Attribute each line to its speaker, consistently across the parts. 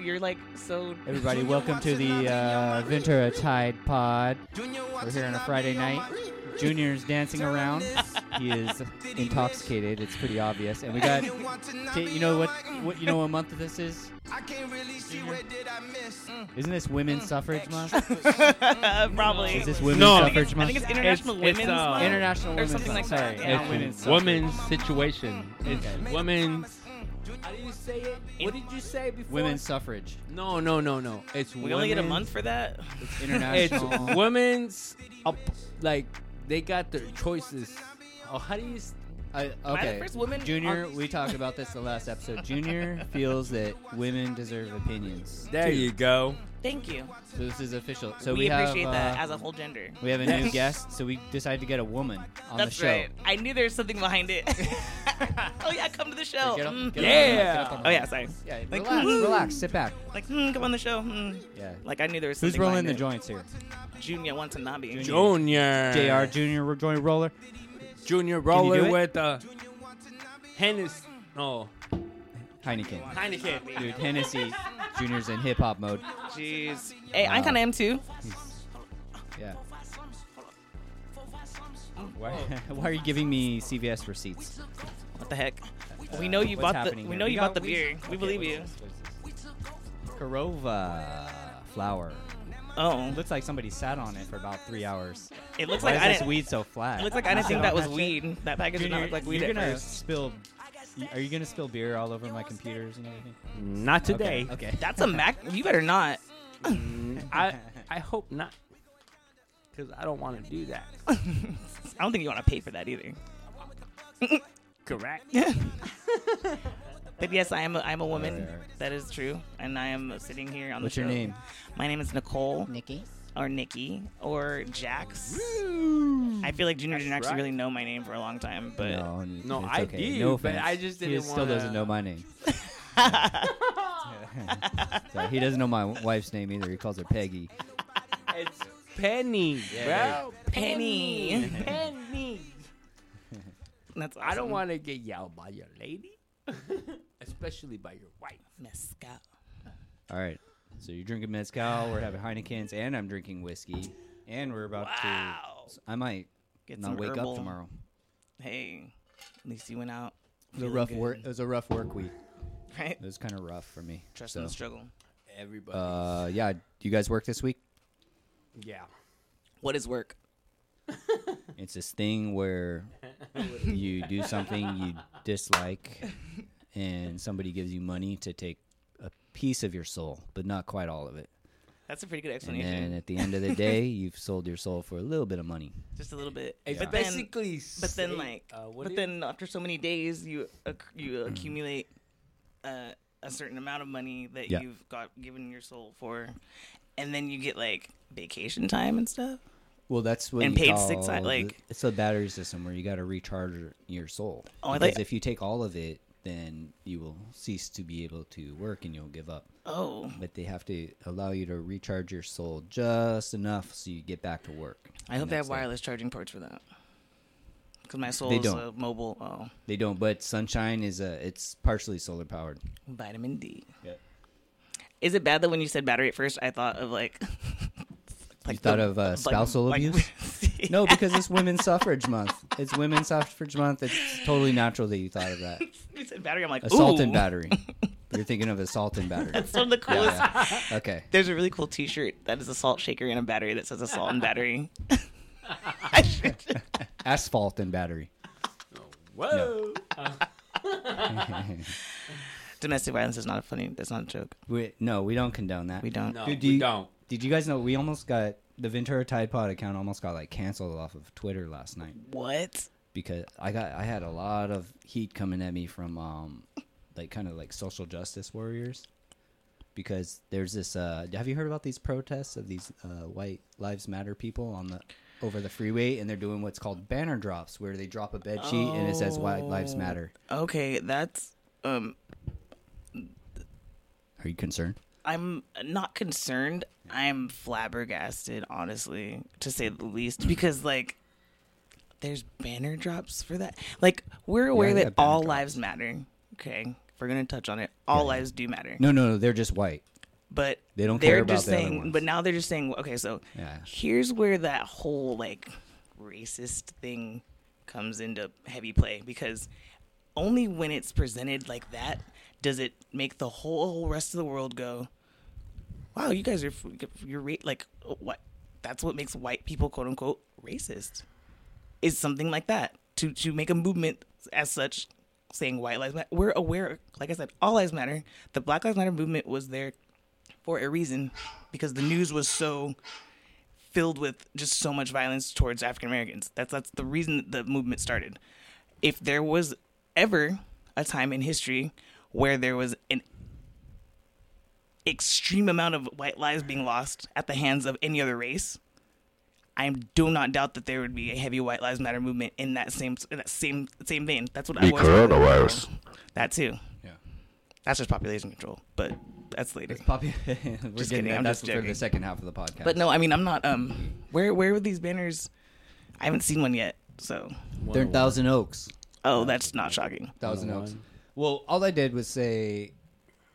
Speaker 1: You're like so.
Speaker 2: Everybody, welcome to the uh, Ventura Tide Pod. We're here on a Friday night. Junior's dancing around. He is intoxicated. It's pretty obvious. And we got, Ta- you know what, what you know what month this is?
Speaker 3: I can't really see
Speaker 2: Junior.
Speaker 3: what did I miss. Mm.
Speaker 2: Isn't this Women's Suffrage Month?
Speaker 1: Probably.
Speaker 2: Is this Women's
Speaker 4: No. I
Speaker 1: I
Speaker 2: Suffrage
Speaker 1: think
Speaker 2: Month?
Speaker 1: it's International
Speaker 4: It's- it's,
Speaker 1: Women's
Speaker 4: uh,
Speaker 1: Month.
Speaker 2: International
Speaker 1: or
Speaker 2: Women's
Speaker 1: something
Speaker 2: Month.
Speaker 1: like that,
Speaker 2: Sorry,
Speaker 1: yeah.
Speaker 2: it's Women's Suffrage.
Speaker 4: woman's situation.
Speaker 1: Mm.
Speaker 4: It's
Speaker 2: Okay.
Speaker 4: women's.
Speaker 3: Mm.
Speaker 4: How do you say it? What did you say before?
Speaker 2: Women's Suffrage.
Speaker 4: No, no, no, no. It's
Speaker 1: We only get a
Speaker 4: women's-
Speaker 1: month for that.
Speaker 2: It's
Speaker 4: It's
Speaker 2: international.
Speaker 4: women's. Up, like they got their choices. Oh, how do you? s-
Speaker 2: I-
Speaker 1: Am I the
Speaker 2: okay.
Speaker 1: first woman?
Speaker 2: Junior,
Speaker 1: on-
Speaker 2: we talked about this the last episode. Junior feels that women deserve opinions.
Speaker 4: There you go.
Speaker 1: Thank you.
Speaker 2: So this is official. So
Speaker 1: we,
Speaker 2: we,
Speaker 1: appreciate
Speaker 2: have,
Speaker 1: that
Speaker 2: uh,
Speaker 1: as a whole gender.
Speaker 2: we have a new
Speaker 4: Yes.
Speaker 2: guest, so we decided to get a woman on
Speaker 1: That's
Speaker 2: the show.
Speaker 1: right. I knew there was something behind it. oh yeah, come to the show.
Speaker 2: Get up-
Speaker 1: Mm.
Speaker 2: get up on the mic,
Speaker 4: Yeah.
Speaker 2: get up on the
Speaker 1: Oh
Speaker 2: mic.
Speaker 1: yeah, sorry.
Speaker 2: Yeah,
Speaker 1: Like,
Speaker 2: relax,
Speaker 1: woo.
Speaker 2: relax, sit back.
Speaker 1: Like, mm, come on the show. Mm.
Speaker 2: Yeah.
Speaker 1: Like I knew there was
Speaker 2: Who's
Speaker 1: something
Speaker 2: rolling
Speaker 1: behind
Speaker 2: the
Speaker 1: it.
Speaker 2: joints here?
Speaker 1: Junior wants a nabi.
Speaker 2: Junior.
Speaker 4: Junior.
Speaker 2: JR Junior we're joint roller.
Speaker 4: Junior
Speaker 2: do
Speaker 4: roller
Speaker 2: it?
Speaker 4: with uh, Hennessy. No,
Speaker 2: Heineken.
Speaker 4: Heineken.
Speaker 2: Dude, Hennessy Junior's in hip hop mode.
Speaker 1: Jeez. Hey, I
Speaker 2: Wow.
Speaker 1: kind of am too.
Speaker 2: Yeah. Why, why are you giving me CVS receipts?
Speaker 1: What the heck? We know you
Speaker 2: What's
Speaker 1: bought the.
Speaker 2: happening
Speaker 1: We
Speaker 2: here?
Speaker 1: know
Speaker 2: We
Speaker 1: you
Speaker 2: got-
Speaker 1: bought the
Speaker 2: we-
Speaker 1: beer. We believe you.
Speaker 2: Corova flower.
Speaker 1: Oh,
Speaker 2: It looks like somebody sat on it for about three hours.
Speaker 1: it looks
Speaker 2: Why
Speaker 1: like
Speaker 2: is
Speaker 1: I
Speaker 2: this
Speaker 1: didn't.
Speaker 2: weed so flat?
Speaker 1: It looks like I didn't
Speaker 2: Sit
Speaker 1: think
Speaker 2: on
Speaker 1: that was
Speaker 2: shit?
Speaker 1: weed. That package did not
Speaker 2: Junior,
Speaker 1: look like weed
Speaker 2: you're
Speaker 1: at
Speaker 2: gonna
Speaker 1: first.
Speaker 2: spill. Are you gonna spill beer all over my computers and everything?
Speaker 4: Not today.
Speaker 2: Okay.
Speaker 1: That's a Mac. You better not.
Speaker 4: I I hope not, because I don't want to do that.
Speaker 1: I don't think you want to pay for that either.
Speaker 4: Correct.
Speaker 1: But yes, I am. A, I am a woman.
Speaker 2: Alright, alright.
Speaker 1: That is true, and I am sitting here on
Speaker 2: Oh, What's
Speaker 1: the show.
Speaker 2: your name?
Speaker 1: My name is Nicole,
Speaker 2: Nikki.
Speaker 1: or Nikki, or Jax. I feel like Junior didn't
Speaker 4: That's
Speaker 1: actually
Speaker 4: right.
Speaker 1: really know my name for a long time, but
Speaker 2: no, n-
Speaker 4: No,
Speaker 2: it's
Speaker 4: I
Speaker 2: okay.
Speaker 4: did,
Speaker 2: No
Speaker 4: but
Speaker 2: offense.
Speaker 4: I just
Speaker 2: He
Speaker 4: didn't
Speaker 2: still doesn't
Speaker 4: wanna-
Speaker 2: know my name. So he doesn't know my wife's name either. He calls her Peggy.
Speaker 4: It's Penny,
Speaker 2: Yeah.
Speaker 4: bro.
Speaker 1: Penny.
Speaker 4: Penny.
Speaker 1: that's awesome.
Speaker 4: I don't want to get yelled by your lady, especially by your wife.
Speaker 1: Mezcal.
Speaker 2: All right. So you're drinking mezcal. We're having Heinekens, and I'm drinking whiskey, and we're about
Speaker 1: Wow.
Speaker 2: to. I might
Speaker 1: Get
Speaker 2: not
Speaker 1: some
Speaker 2: wake
Speaker 1: herbal.
Speaker 2: up tomorrow.
Speaker 1: Hey, at least you went out.
Speaker 2: It was a
Speaker 1: feeling
Speaker 2: rough
Speaker 1: good,
Speaker 2: work. It was a rough work week.
Speaker 1: Right.
Speaker 2: It was kind of rough for me.
Speaker 1: Trust in
Speaker 2: so,
Speaker 1: the struggle.
Speaker 4: Everybody.
Speaker 2: uh, yeah. You guys work this week?
Speaker 4: yeah.
Speaker 1: What is work?
Speaker 2: It's this thing where you do something you dislike, and somebody gives you money to take a piece of your soul, but not quite all of it.
Speaker 1: That's a pretty good
Speaker 2: And
Speaker 1: explanation.
Speaker 2: then at the end of the day, you've sold your soul for a little bit of money.
Speaker 1: Just a little bit.
Speaker 4: It's
Speaker 1: But then,
Speaker 4: basically.
Speaker 1: but
Speaker 4: say-
Speaker 1: then like,
Speaker 4: uh, what
Speaker 1: but
Speaker 4: is-
Speaker 1: then after so many days, you acc you
Speaker 2: Mm-hmm.
Speaker 1: accumulate uh, a certain amount of money that
Speaker 2: Yeah.
Speaker 1: you've got given your soul for, and then you get like vacation time and stuff.
Speaker 2: Well, that's what
Speaker 1: And
Speaker 2: you
Speaker 1: paid six,
Speaker 2: call
Speaker 1: I-
Speaker 2: the-
Speaker 1: like-
Speaker 2: it's a battery system where you got to recharge your- your soul.
Speaker 1: Oh, I
Speaker 2: because
Speaker 1: like-
Speaker 2: if you take all of it, then you will cease to be able to work and you'll give up.
Speaker 1: Oh,
Speaker 2: But they have to allow you to recharge your soul just enough so you get back to work.
Speaker 1: I hope
Speaker 2: the
Speaker 1: they
Speaker 2: next
Speaker 1: have
Speaker 2: day.
Speaker 1: wireless charging ports for that. Because my soul
Speaker 2: They
Speaker 1: is
Speaker 2: don't.
Speaker 1: a mobile. Oh,
Speaker 2: They don't, but sunshine is a it's partially solar powered.
Speaker 1: vitamin D.
Speaker 2: Yeah.
Speaker 1: Is it bad that when you said battery at first, I thought of like,
Speaker 2: you thought of uh, spousal abuse? no, because it's Women's Suffrage Month. It's Women's Suffrage Month. It's totally natural that you thought of that.
Speaker 1: you said battery. I'm like
Speaker 2: Assault
Speaker 1: Ooh.
Speaker 2: and battery. You're thinking of assault and battery.
Speaker 1: It's one of the coolest.
Speaker 2: Yeah, yeah. Okay.
Speaker 1: There's a really cool T-shirt that is a salt shaker and a battery that says assault and battery. I should-
Speaker 2: Asphalt and battery.
Speaker 4: Whoa.
Speaker 1: Domestic violence is not a funny. That's not a joke.
Speaker 2: We, no, we don't condone that.
Speaker 1: We don't.
Speaker 4: No,
Speaker 2: Dude, do
Speaker 4: we
Speaker 2: you-
Speaker 4: don't.
Speaker 2: Did you guys know we almost got the Ventura Tide Pod account almost got like canceled off of Twitter last night
Speaker 1: What?
Speaker 2: because I got I had a lot of heat coming at me from um like kind of like social justice warriors because there's this uh have you heard about these protests of these uh white lives matter people on the over the freeway and they're doing what's called banner drops where they drop a bed sheet and it says white
Speaker 1: Oh.
Speaker 2: lives matter.
Speaker 1: Okay, that's. Um,
Speaker 2: Are you concerned?
Speaker 1: I'm not concerned. I'm flabbergasted, honestly, to say the least, because like, there's banner drops for that. Like, we're aware
Speaker 2: yeah,
Speaker 1: that
Speaker 2: banner
Speaker 1: all
Speaker 2: drops.
Speaker 1: lives matter. Okay, We're gonna touch on it. All lives do matter.
Speaker 2: No, no, no. They're just white.
Speaker 1: but
Speaker 2: They don't
Speaker 1: they're
Speaker 2: care about
Speaker 1: just
Speaker 2: the other
Speaker 1: saying
Speaker 2: ones.
Speaker 1: but now they're just saying okay so
Speaker 2: Yeah.
Speaker 1: here's where that whole like racist thing comes into heavy play because only when it's presented like that does it make the whole rest of the world go wow you guys are f- you're ra- like what that's what makes white people quote unquote racist is something like that to to make a movement as such saying white lives matter we're aware like i said all lives matter the black lives matter movement was there for a reason because the news was so filled with just so much violence towards African Americans. That's that's the reason the movement started. If there was ever a time in history where there was an extreme amount of white lives being lost at the hands of any other race, I do not doubt that there would be a heavy White Lives Matter movement in that same in that same same vein. That's what I
Speaker 5: The
Speaker 1: was talking about.
Speaker 5: coronavirus.
Speaker 1: That too.
Speaker 2: Yeah.
Speaker 1: That's just population control, but that's later.
Speaker 2: It's poppy. We're getting
Speaker 1: kidding,
Speaker 2: that.
Speaker 1: I'm
Speaker 2: That's
Speaker 1: just
Speaker 2: for the
Speaker 1: joking.
Speaker 2: second half of the podcast.
Speaker 1: But no, I mean I'm not. Um, where where were these banners? I haven't seen one yet. So,
Speaker 2: they're in Thousand Oaks.
Speaker 1: oh, that's not shocking.
Speaker 2: Thousand
Speaker 4: Number
Speaker 2: Oaks.
Speaker 4: one.
Speaker 2: Well, all I did was say,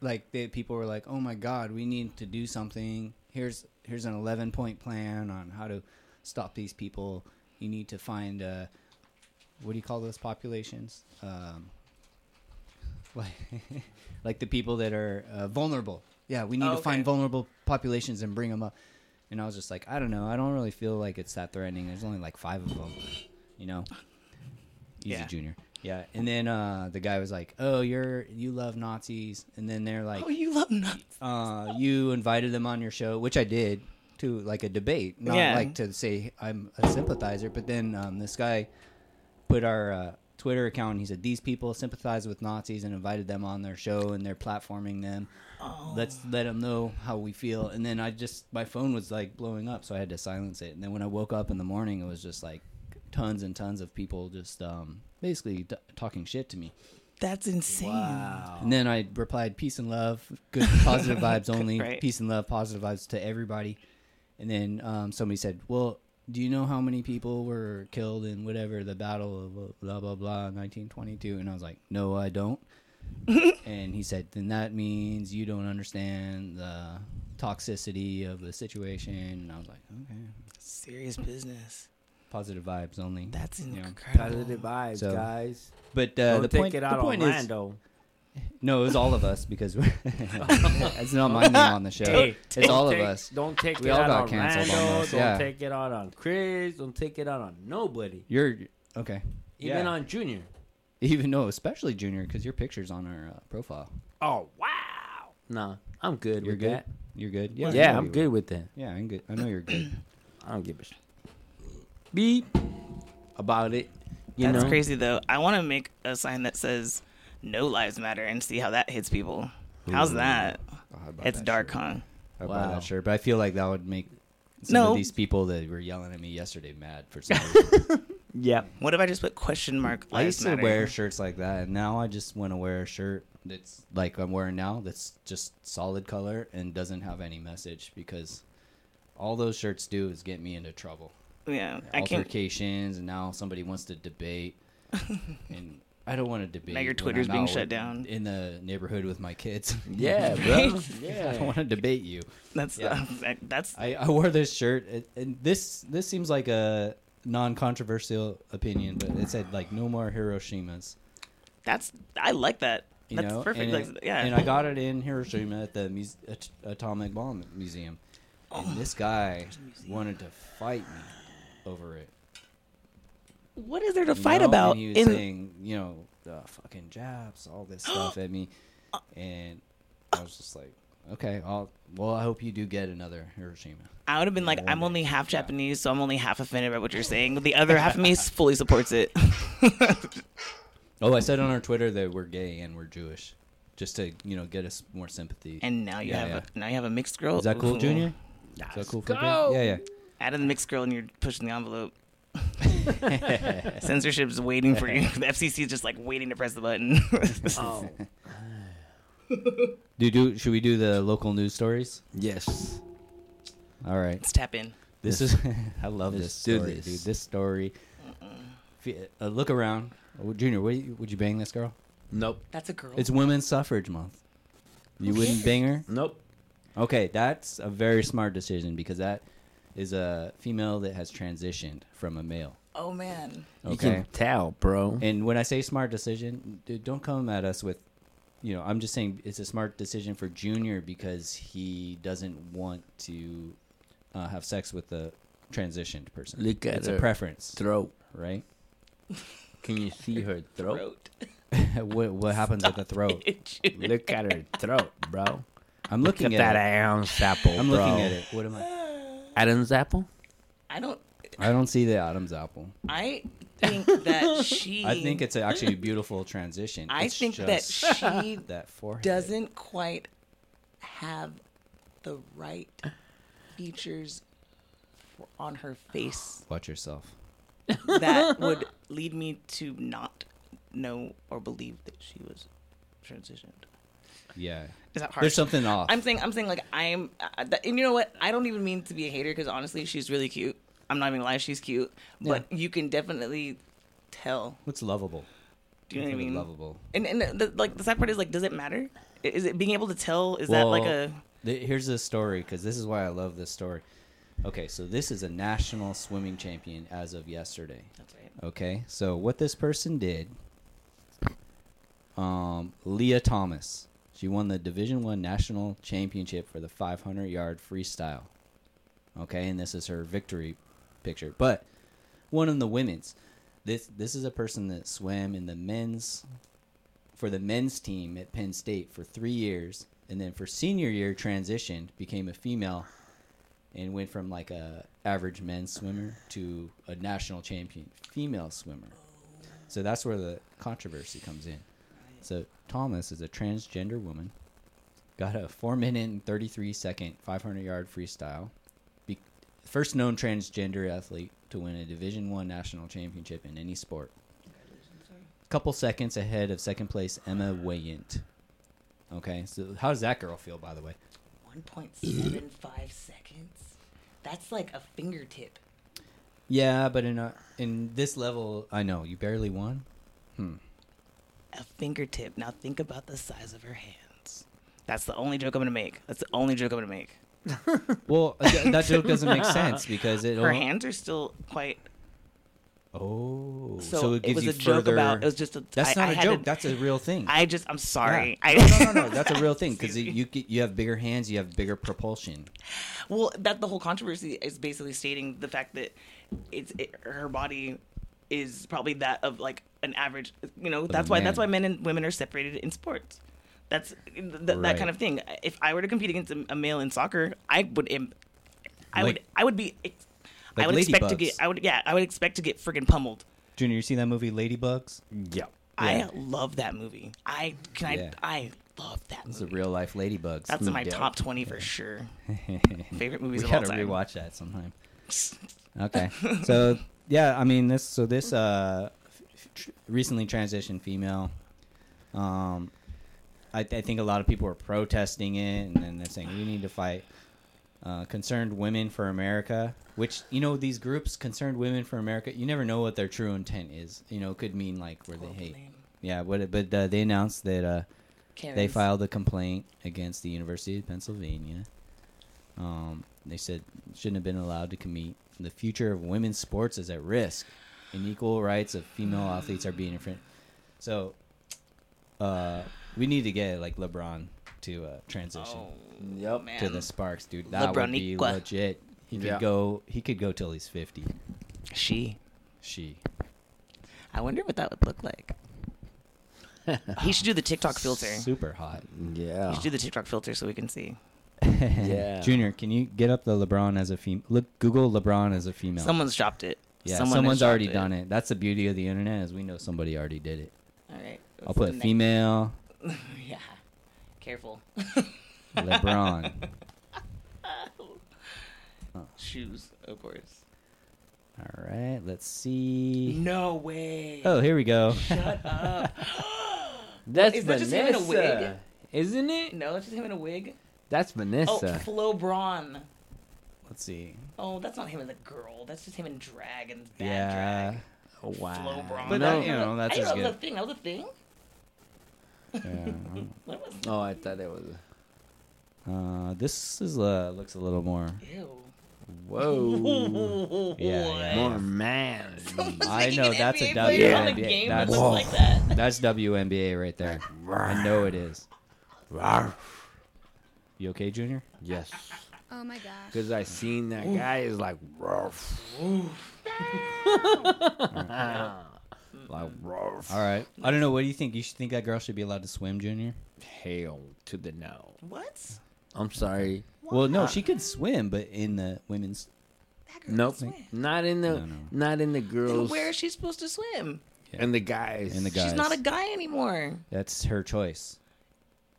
Speaker 2: like, they, people were like, "Oh my God, we need to do something. Here's here's an eleven point plan on how to stop these people. You need to find uh, what do you call those populations? Um, like, like the people that are uh, vulnerable. Yeah, we need
Speaker 1: Oh,
Speaker 2: to find
Speaker 1: okay.
Speaker 2: vulnerable populations and bring them up." And I was just like, I don't know. I don't really feel like it's that threatening. There's only like five of them, you know. Easy
Speaker 1: Yeah.
Speaker 2: Junior. Yeah, and then uh, the guy was like, "Oh, you're you love Nazis," and then they're like,
Speaker 1: Oh, you love nuts.
Speaker 2: uh, "You invited them on your show," which I did to like a debate, not
Speaker 1: Yeah.
Speaker 2: like to say I'm a sympathizer. But then um, this guy put our uh, Twitter account. and He said these people sympathize with Nazis and invited them on their show, and they're platforming them. Let's let them know how we feel. And then I just my phone was like blowing up, so I had to silence it. And then when I woke up in the morning, it was just like tons and tons of people just um, basically t- talking shit to me.
Speaker 1: That's insane.
Speaker 2: And then I replied, "Peace and love, good positive vibes only.
Speaker 1: Right.
Speaker 2: Peace and love, positive vibes to everybody." And then um, somebody said, "Well, do you know how many people were killed in whatever the battle of uh, blah blah blah 1922?" And I was like, "No, I don't." and he said, "Then that means you don't understand the toxicity of the situation." And I was like, "Okay,
Speaker 1: Serious business.
Speaker 2: positive vibes only."
Speaker 1: That's
Speaker 2: Yeah.
Speaker 1: incredible.
Speaker 4: Positive vibes,
Speaker 2: So-
Speaker 4: guys.
Speaker 2: But uh,
Speaker 4: Don't
Speaker 2: the
Speaker 4: take
Speaker 2: point,
Speaker 4: it out
Speaker 2: the point
Speaker 4: on
Speaker 2: is,
Speaker 4: Lando.
Speaker 2: No, it was all of us because we're, it's not my name on the show.
Speaker 4: Hey,
Speaker 2: it's
Speaker 4: don't
Speaker 2: all
Speaker 4: take-
Speaker 2: of us.
Speaker 4: Don't take
Speaker 2: We
Speaker 4: it
Speaker 2: all
Speaker 4: out
Speaker 2: got
Speaker 4: on
Speaker 2: canceled on
Speaker 4: Lando.
Speaker 2: this,
Speaker 4: Don't
Speaker 2: yeah.
Speaker 4: take it out on Chris. Don't take it out on nobody.
Speaker 2: You're okay.
Speaker 4: Even
Speaker 2: Yeah.
Speaker 4: on Junior.
Speaker 2: even no, especially Junior, because your picture's on our uh, profile.
Speaker 4: Oh wow. Nah, I'm good
Speaker 2: You're
Speaker 4: with
Speaker 2: good.
Speaker 4: that.
Speaker 2: You're good. I
Speaker 4: Yeah,
Speaker 2: know
Speaker 4: I'm
Speaker 2: you
Speaker 4: good
Speaker 2: were.
Speaker 4: with that.
Speaker 2: Yeah, I'm good. I know you're good.
Speaker 4: I don't give a shit. Beep about it. You
Speaker 1: That's
Speaker 4: know?
Speaker 1: crazy though. I want to make a sign that says "No lives matter" and see how that hits people. How's that?
Speaker 2: I'd buy
Speaker 1: It's
Speaker 2: that
Speaker 1: dark,
Speaker 2: shirt.
Speaker 1: huh?
Speaker 2: I'd buy
Speaker 4: Wow.
Speaker 2: that shirt, but I feel like that would make some
Speaker 1: No.
Speaker 2: of these people that were yelling at me yesterday mad for some reason.
Speaker 4: Yep.
Speaker 1: What if I just put question mark
Speaker 2: I
Speaker 1: lives
Speaker 2: used to
Speaker 1: matter?
Speaker 2: wear shirts like that, and now I just want to wear a shirt that's like I'm wearing now, that's just solid color and doesn't have any message because all those shirts do is get me into trouble.
Speaker 1: yeah, I can't.
Speaker 2: altercations, and now somebody wants to debate, and I don't want to debate.
Speaker 1: your
Speaker 2: when
Speaker 1: Twitter's
Speaker 2: I'm
Speaker 1: being
Speaker 2: out
Speaker 1: shut
Speaker 2: with-
Speaker 1: down.
Speaker 2: in the neighborhood with my kids.
Speaker 4: Yeah, bro.
Speaker 2: I don't
Speaker 4: Yeah.
Speaker 2: want to debate you.
Speaker 1: That's
Speaker 2: Yeah.
Speaker 1: that- that's
Speaker 2: I, I wore this shirt, and- and this this seems like a non-controversial opinion, but it said like no more Hiroshimas.
Speaker 1: that's I like that.
Speaker 2: You
Speaker 1: that's
Speaker 2: know,
Speaker 1: perfect.
Speaker 2: And,
Speaker 1: Like,
Speaker 2: it-
Speaker 1: yeah,
Speaker 2: and I got it in Hiroshima at the muse- at- Atomic Bomb Museum,
Speaker 1: Oh,
Speaker 2: and this guy wanted to fight me over it.
Speaker 1: what is there to
Speaker 2: you
Speaker 1: fight
Speaker 2: know?
Speaker 1: about?
Speaker 2: And he was
Speaker 1: in
Speaker 2: saying, you know, the fucking Japs, all this stuff at me,
Speaker 1: Uh,
Speaker 2: and I was just like, okay, I'll, well, I hope you do get another Hiroshima.
Speaker 1: I would have been like,
Speaker 2: One
Speaker 1: I'm
Speaker 2: day.
Speaker 1: only half
Speaker 2: Yeah.
Speaker 1: Japanese, so I'm only half offended by what you're saying. The other half of me fully supports it.
Speaker 2: Oh, I said on our Twitter that we're gay and we're Jewish, just to you know get us more sympathy.
Speaker 1: and now you
Speaker 2: Yeah,
Speaker 1: have
Speaker 2: yeah.
Speaker 1: a now you have a mixed girl.
Speaker 2: Is that cool,
Speaker 1: Ooh.
Speaker 2: Junior? Is that cool for Junior? Yeah, yeah.
Speaker 1: Out of the mixed girl, and you're pushing the envelope. Censorship's waiting for you. The FCC is just like waiting to press the button.
Speaker 4: Oh.
Speaker 2: Do do should we do the local news stories?
Speaker 4: Yes.
Speaker 2: All right.
Speaker 1: Let's tap in.
Speaker 2: This is I love this
Speaker 4: Let's do
Speaker 2: story,
Speaker 4: this.
Speaker 2: dude. This story. If you- uh, look around, Oh, Junior. Would you, would you bang this girl?
Speaker 5: Nope.
Speaker 1: That's a girl.
Speaker 2: It's Women's Suffrage Month. You wouldn't bang her?
Speaker 5: Nope.
Speaker 2: Okay, that's a very smart decision because that is a female that has transitioned from a male.
Speaker 1: oh man.
Speaker 2: Okay.
Speaker 4: You can tell, bro.
Speaker 2: And when I say smart decision, dude, don't come at us with, you know, I'm just saying it's a smart decision for Junior because he doesn't want to uh, have sex with a transitioned person.
Speaker 4: Look at
Speaker 2: it's a
Speaker 4: her.
Speaker 2: preference,
Speaker 4: Throat.
Speaker 2: right?
Speaker 4: Can you see her throat?
Speaker 1: Throat.
Speaker 2: what what happens at the throat?
Speaker 4: Look at her throat, bro.
Speaker 2: I'm
Speaker 4: Look
Speaker 2: looking
Speaker 4: at
Speaker 2: at,
Speaker 4: that
Speaker 2: it.
Speaker 4: Adam's apple.
Speaker 2: I'm
Speaker 4: bro.
Speaker 2: looking at it. What am I?
Speaker 4: Adam's apple?
Speaker 1: I don't.
Speaker 2: I don't see the Adam's apple.
Speaker 1: I think that she.
Speaker 2: I think it's actually a beautiful transition.
Speaker 1: I
Speaker 2: It's
Speaker 1: think that
Speaker 2: just
Speaker 1: she
Speaker 2: that forehead
Speaker 1: doesn't quite have the right features on her face
Speaker 2: Watch yourself.
Speaker 1: that would lead me to not know or believe that she was transitioned.
Speaker 2: Yeah,
Speaker 1: Is that hard?
Speaker 2: there's something off.
Speaker 1: I'm saying I'm saying like I'm uh, th- and you know what I don't even mean to be a hater because honestly she's really cute. I'm not even lying, she's cute, but you can definitely tell.
Speaker 2: What's lovable?
Speaker 1: Do you know what I
Speaker 2: Something
Speaker 1: mean?
Speaker 2: Lovable.
Speaker 1: And and the, like the sad part is like, does it matter? I- Is it being able to tell? Is that like a
Speaker 2: th- here's the story because this is why I love this story. Okay, so this is a national swimming champion as of yesterday.
Speaker 1: That's right.
Speaker 2: Okay, so what this person did, um, Leah Thomas, she won the Division One national championship for the 500 yard freestyle. Okay, and this is her victory picture, but one of the women's. This this is a person that swam in the men's for the men's team at Penn State for three years, and then for senior year transitioned, became a female, and went from like a average men's swimmer to a national champion female swimmer. So that's where the controversy comes in. So Thomas is a transgender woman, got a four minute and thirty three second five hundred yard freestyle, be- first known transgender athlete to win a Division One national championship in any sport couple seconds ahead of second place Emma Wayant. Okay, so how does that girl feel, by the way?
Speaker 1: 1.75 seconds? That's like a fingertip.
Speaker 2: Yeah, but in a, in this level, I know you barely won.
Speaker 1: A fingertip. Now think about the size of her hands. That's the only joke I'm gonna make. That's the only joke I'm gonna make.
Speaker 2: Well, th- that joke doesn't make sense because it.
Speaker 1: Her
Speaker 2: o-
Speaker 1: hands are still quite.
Speaker 2: Oh, so,
Speaker 1: So
Speaker 2: it
Speaker 1: it
Speaker 2: gives
Speaker 1: was
Speaker 2: you
Speaker 1: a joke
Speaker 2: further-
Speaker 1: about- it was just a-
Speaker 2: That's
Speaker 1: I-
Speaker 2: not
Speaker 1: I
Speaker 2: a
Speaker 1: had
Speaker 2: joke.
Speaker 1: to-
Speaker 2: that's a real thing.
Speaker 1: I just. I'm sorry.
Speaker 2: Yeah.
Speaker 1: I,
Speaker 2: no, no, no. That's a real thing because you get- you have bigger hands, you have bigger propulsion.
Speaker 1: Well, that the whole controversy is basically stating the fact that it's it, her body is probably that of like an average. You know, that's why that's why
Speaker 2: man.
Speaker 1: men and women are separated in sports. That's th- th- that
Speaker 2: Right.
Speaker 1: kind of thing. If I were to compete against a, a male in soccer, I would. Im- I would.
Speaker 2: Like-
Speaker 1: I would be. Ex-
Speaker 2: like
Speaker 1: I would expect to
Speaker 2: ladybugs.
Speaker 1: get. I would. Yeah, I would expect to get friggin' pummeled.
Speaker 2: Junior, you see that movie Ladybugs?
Speaker 4: Yeah.
Speaker 1: I love that movie. I can. I.
Speaker 2: Yeah.
Speaker 1: I love that
Speaker 2: It's a
Speaker 1: movie.
Speaker 2: real life Ladybugs.
Speaker 1: That's in my
Speaker 4: Yeah.
Speaker 1: top twenty for sure. Favorite movies
Speaker 2: we
Speaker 1: of all
Speaker 2: gotta
Speaker 1: time.
Speaker 2: rewatch that sometime. Okay, so yeah, I mean this. So this uh, f- tr- recently transitioned female. Um, I, I think a lot of people are protesting it, and then they're saying we need to fight uh, concerned women for America. Which you know these groups, concerned women for America, you never know what their true intent is. You know, it could mean like where they
Speaker 1: Horrible
Speaker 2: hate.
Speaker 1: name.
Speaker 2: Yeah, what? it- But uh, they announced that. Uh, they
Speaker 1: Karens.
Speaker 2: filed a complaint against the University of Pennsylvania. Um, they said shouldn't have been allowed to compete. The future of women's sports is at risk, and equal rights of female athletes are being infringed. So, uh, we need to get like LeBron to uh, transition
Speaker 1: Oh,
Speaker 4: Yep.
Speaker 1: man.
Speaker 2: to the Sparks, dude. That would be
Speaker 1: LeBroniqua.
Speaker 2: legit. He could
Speaker 4: Yeah.
Speaker 2: go. He could go till he's fifty.
Speaker 1: She.
Speaker 2: She.
Speaker 1: I wonder what that would look like. he should do the TikTok filter.
Speaker 2: Super hot.
Speaker 4: Yeah.
Speaker 1: He should do the TikTok filter so we can see.
Speaker 4: Yeah.
Speaker 2: Junior, can you get up the LeBron as a female? Look, Google LeBron as a female.
Speaker 1: Someone's dropped it.
Speaker 2: Yeah,
Speaker 1: Someone has
Speaker 2: someone's
Speaker 1: dropped
Speaker 2: already done it. That's the beauty of the internet is we know somebody already did it.
Speaker 1: All right.
Speaker 2: I'll
Speaker 1: what's
Speaker 2: put
Speaker 1: the next-
Speaker 2: female
Speaker 1: Yeah. Careful.
Speaker 2: LeBron.
Speaker 1: Shoes, of course.
Speaker 2: All right, let's see.
Speaker 1: No way.
Speaker 2: Oh, here we go.
Speaker 4: That's
Speaker 1: Is that
Speaker 4: Vanessa.
Speaker 1: just him in a wig?
Speaker 4: Isn't it?
Speaker 1: No, it's just him in a wig.
Speaker 4: That's
Speaker 1: Oh,
Speaker 2: uh,
Speaker 4: Vanessa.
Speaker 1: Flo Braun.
Speaker 2: let's see.
Speaker 1: Oh, that's not him as a girl. That's just him in drag and bad
Speaker 2: yeah.
Speaker 1: drag.
Speaker 4: wow.
Speaker 1: Flo Braun.
Speaker 2: But
Speaker 1: I
Speaker 2: that,
Speaker 1: didn't
Speaker 2: you know, that's
Speaker 1: I didn't
Speaker 2: as
Speaker 1: know that was
Speaker 2: good.
Speaker 1: a thing. That was a thing.
Speaker 2: Yeah, I don't
Speaker 4: Oh, I thought it was.
Speaker 2: know. uh, this is uh, looks a little more.
Speaker 1: Ew.
Speaker 4: Whoa.
Speaker 2: Yeah,
Speaker 1: What?
Speaker 2: yeah.
Speaker 4: More man.
Speaker 2: I
Speaker 1: Thinking
Speaker 2: know
Speaker 1: an
Speaker 2: that's a
Speaker 1: NBA player on a
Speaker 2: WNBA.
Speaker 1: game that
Speaker 2: That's-
Speaker 1: looks like that.
Speaker 2: That's WNBA right there. I know it is. You okay, Junior?
Speaker 4: yes.
Speaker 5: Oh my gosh.
Speaker 4: Because I seen that guy is like, "Ruff." like, "Ruff."
Speaker 2: All right. I don't know. What do you think? You should think that girl should be allowed to swim, Junior?
Speaker 4: hail to the no.
Speaker 1: What?
Speaker 4: I'm sorry.
Speaker 2: Well, no, she could swim, but in the women's.
Speaker 1: That girl
Speaker 4: Nope.
Speaker 1: can swim.
Speaker 4: Not in the
Speaker 2: No, no.
Speaker 4: not in the
Speaker 1: Then
Speaker 4: girls
Speaker 1: where is she supposed to swim?
Speaker 4: and the guys.
Speaker 2: And the guys.
Speaker 1: She's not a guy anymore.
Speaker 2: That's her choice.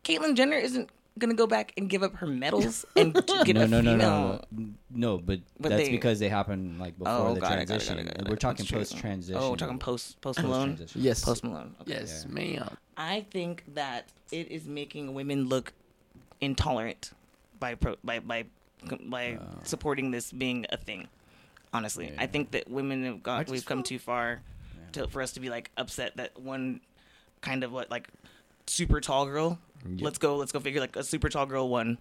Speaker 1: Caitlyn Jenner isn't gonna go back and give up her medals and to get
Speaker 2: No,
Speaker 1: a
Speaker 2: no, no,
Speaker 1: female.
Speaker 2: no, no, no. But,
Speaker 1: But
Speaker 2: that's
Speaker 1: they-
Speaker 2: because they happen like before
Speaker 1: Oh,
Speaker 2: the
Speaker 1: got it, got it,
Speaker 2: transition.
Speaker 1: got it, got it,
Speaker 2: We're
Speaker 1: got it.
Speaker 2: talking
Speaker 1: That's true.
Speaker 2: post transition.
Speaker 1: Oh, we're talking post post Malone.
Speaker 4: Yes.
Speaker 1: Post Malone. Okay.
Speaker 4: Yes, ma'am.
Speaker 1: I think that it is making women look intolerant by pro- by by by
Speaker 2: Oh.
Speaker 1: supporting this being a thing. Honestly, I think that women have
Speaker 2: I
Speaker 1: gone.
Speaker 2: just
Speaker 1: We've come too far to, for us to be like upset that one kind of what like super tall girl. Let's go. Let's go figure like a super tall girl won,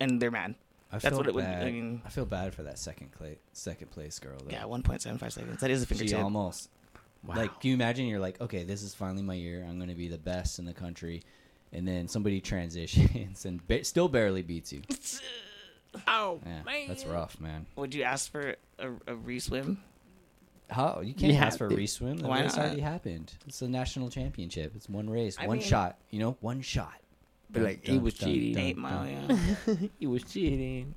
Speaker 1: and they're mad.
Speaker 2: I
Speaker 1: That's
Speaker 2: feel
Speaker 1: what it would.
Speaker 2: Bad.
Speaker 1: I mean,
Speaker 2: I feel bad for that second cla second place girl. Though.
Speaker 1: yeah, one point seven five seconds. That is a
Speaker 2: she
Speaker 1: fingertip.
Speaker 2: almost like can you imagine you're like okay this is finally my year i'm going to be the best in the country and then somebody transitions and ba- still barely beats you
Speaker 4: Oh,
Speaker 2: yeah, that's rough man
Speaker 1: Would you ask for a, a re-swim?
Speaker 2: how you can't
Speaker 4: Yeah,
Speaker 2: ask for a
Speaker 4: dude.
Speaker 2: reswim the
Speaker 1: Why
Speaker 2: race
Speaker 1: not?
Speaker 2: already happened it's a national championship it's one race
Speaker 1: I
Speaker 2: one
Speaker 1: mean-
Speaker 2: shot you know one shot
Speaker 4: But like he
Speaker 2: Dun,
Speaker 4: was
Speaker 2: dun,
Speaker 4: cheating.
Speaker 2: dun,
Speaker 1: Eight mile.
Speaker 2: dun.
Speaker 1: Yeah.
Speaker 4: He was cheating.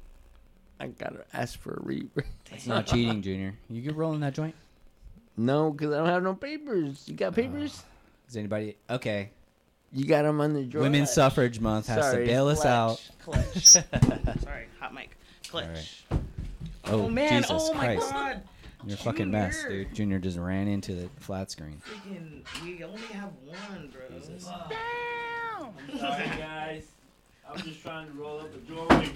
Speaker 4: I gotta ask for a re.
Speaker 2: it's not cheating junior you get rolling that joint
Speaker 4: no, because I don't have no papers. You
Speaker 2: Uh,
Speaker 4: got papers?
Speaker 2: is anybody okay
Speaker 4: you got them on the drawer.
Speaker 2: women's suffrage month has
Speaker 4: Sorry,
Speaker 2: to bail us
Speaker 4: clutch.
Speaker 2: out
Speaker 1: Clutch. Sorry, hot mic. Clutch.
Speaker 2: oh,
Speaker 1: Oh man!
Speaker 2: jesus
Speaker 1: oh my
Speaker 2: christ
Speaker 1: god!
Speaker 2: you're a fucking mess
Speaker 1: Junior.
Speaker 2: dude junior just ran into the flat screen
Speaker 1: Freaking, we only have one, bro.
Speaker 6: Sorry, guys. I'm just trying to roll up a drawing.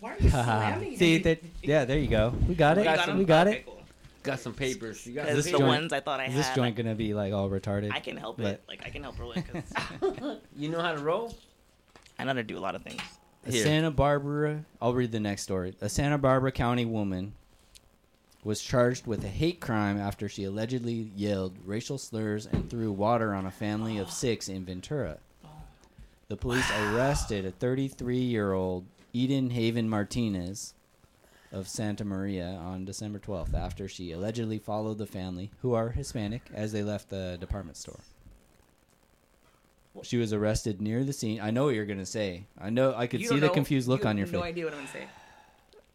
Speaker 1: Why are you
Speaker 2: Haha.
Speaker 1: slamming?
Speaker 2: See
Speaker 1: it?
Speaker 2: that? Yeah, there you go. We got it.
Speaker 1: We
Speaker 2: We
Speaker 1: got,
Speaker 2: got,
Speaker 1: him? Okay,
Speaker 2: it.
Speaker 1: cool.
Speaker 4: Got some papers. You got
Speaker 1: Because
Speaker 2: this
Speaker 1: the
Speaker 2: joint-
Speaker 1: ones I thought I
Speaker 2: Is
Speaker 1: had.
Speaker 2: this
Speaker 1: like,
Speaker 2: joint gonna be like all retarded?
Speaker 1: I can help
Speaker 2: But-
Speaker 1: it. Like I can help roll it because
Speaker 4: You know how to roll?
Speaker 1: I know how to do a lot of things.
Speaker 2: A
Speaker 4: Here.
Speaker 2: Santa Barbara. I'll read the next story. A Santa Barbara County woman was charged with a hate crime after she allegedly yelled racial slurs and threw water on a family of six in Ventura. The police arrested a 33-year-old Eden Haven Martinez of Santa Maria on December 12th after she allegedly followed the family, who are Hispanic, as they left the department store. She was arrested near the scene. I know what you're going to say. I know I could
Speaker 1: You
Speaker 2: see
Speaker 1: don't
Speaker 2: the
Speaker 1: know-
Speaker 2: confused look
Speaker 1: you
Speaker 2: on your
Speaker 1: have
Speaker 2: face.
Speaker 1: No idea what I'm gonna say.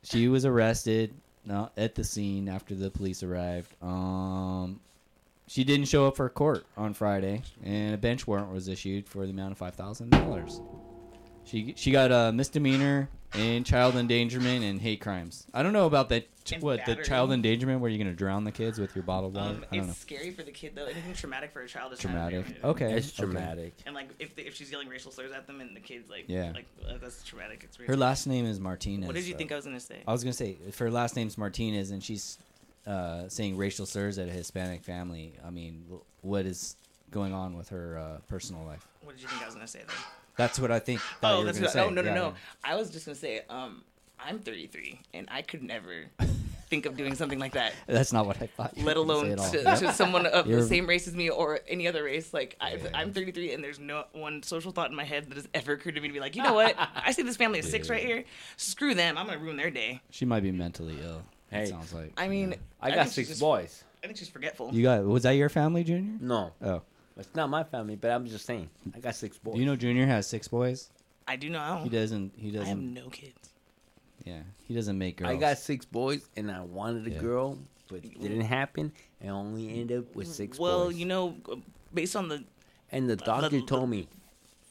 Speaker 2: She was arrested uh, at the scene after the police arrived. Um, she didn't show up for court on Friday, and a bench warrant was issued for the amount of five thousand dollars. She she got a misdemeanor and child endangerment and hate crimes. I don't know about that.
Speaker 1: And
Speaker 2: what the
Speaker 1: battery.
Speaker 2: child endangerment? Where you're gonna drown the kids with your bottled water?
Speaker 1: Um,
Speaker 2: I
Speaker 1: it's
Speaker 2: don't know.
Speaker 1: scary for the kid though. Anything traumatic for a child is
Speaker 2: Traumatic.
Speaker 1: Traumatic.
Speaker 2: Okay.
Speaker 4: It's
Speaker 2: okay.
Speaker 4: dramatic.
Speaker 1: And like if the, if she's yelling racial slurs at them and the kids like
Speaker 2: Yeah.
Speaker 1: like uh, that's a traumatic experience.
Speaker 2: Her last name is Martinez.
Speaker 1: What did you
Speaker 2: though. Uh,
Speaker 1: think I was gonna say?
Speaker 2: I was gonna say if her last name's Martinez and she's uh, saying racial slurs at a Hispanic family, I mean, wh- what is going on with her uh, personal life?
Speaker 1: What did you think I was gonna say? Though?
Speaker 2: That's what I think. thought you
Speaker 1: Oh,
Speaker 2: were
Speaker 1: that's
Speaker 2: gonna
Speaker 1: what, no,
Speaker 2: say.
Speaker 1: no, no, no.
Speaker 2: Yeah, yeah.
Speaker 1: I was just gonna say, um, I'm 33 and I could never think of doing something like that,
Speaker 2: That's not what I thought. you
Speaker 1: let
Speaker 2: were gonna say
Speaker 1: alone
Speaker 2: at all.
Speaker 1: to,
Speaker 2: Yep.
Speaker 1: to someone of
Speaker 2: You're-
Speaker 1: the same race as me or any other race. Like I,
Speaker 2: Yeah.
Speaker 1: I'm 33 and there's no one social thought in my head that has ever occurred to me to be like, you know what? I see this family of six right here. Screw them. I'm gonna ruin their day.
Speaker 2: She might be mentally ill.
Speaker 4: Hey.
Speaker 2: it sounds like.
Speaker 1: I mean,
Speaker 4: I
Speaker 1: think
Speaker 4: got
Speaker 1: she's
Speaker 4: six
Speaker 1: just-
Speaker 4: boys.
Speaker 1: I think she's forgetful.
Speaker 2: you got. Was that your family, Junior?
Speaker 4: No,
Speaker 2: Oh,
Speaker 4: it's not my family, but I'm just saying. I got six boys.
Speaker 2: do you know Junior has six boys?
Speaker 1: I do know.
Speaker 2: He doesn't. He
Speaker 1: I have
Speaker 2: doesn't.
Speaker 1: no kids.
Speaker 2: Yeah, he doesn't make girls.
Speaker 4: I got six boys, and I wanted a
Speaker 2: Yeah.
Speaker 4: girl, but it didn't happen, and only ended up with six
Speaker 1: well,
Speaker 4: boys.
Speaker 1: you know, based on the
Speaker 4: and the doctor
Speaker 1: the-
Speaker 4: told me,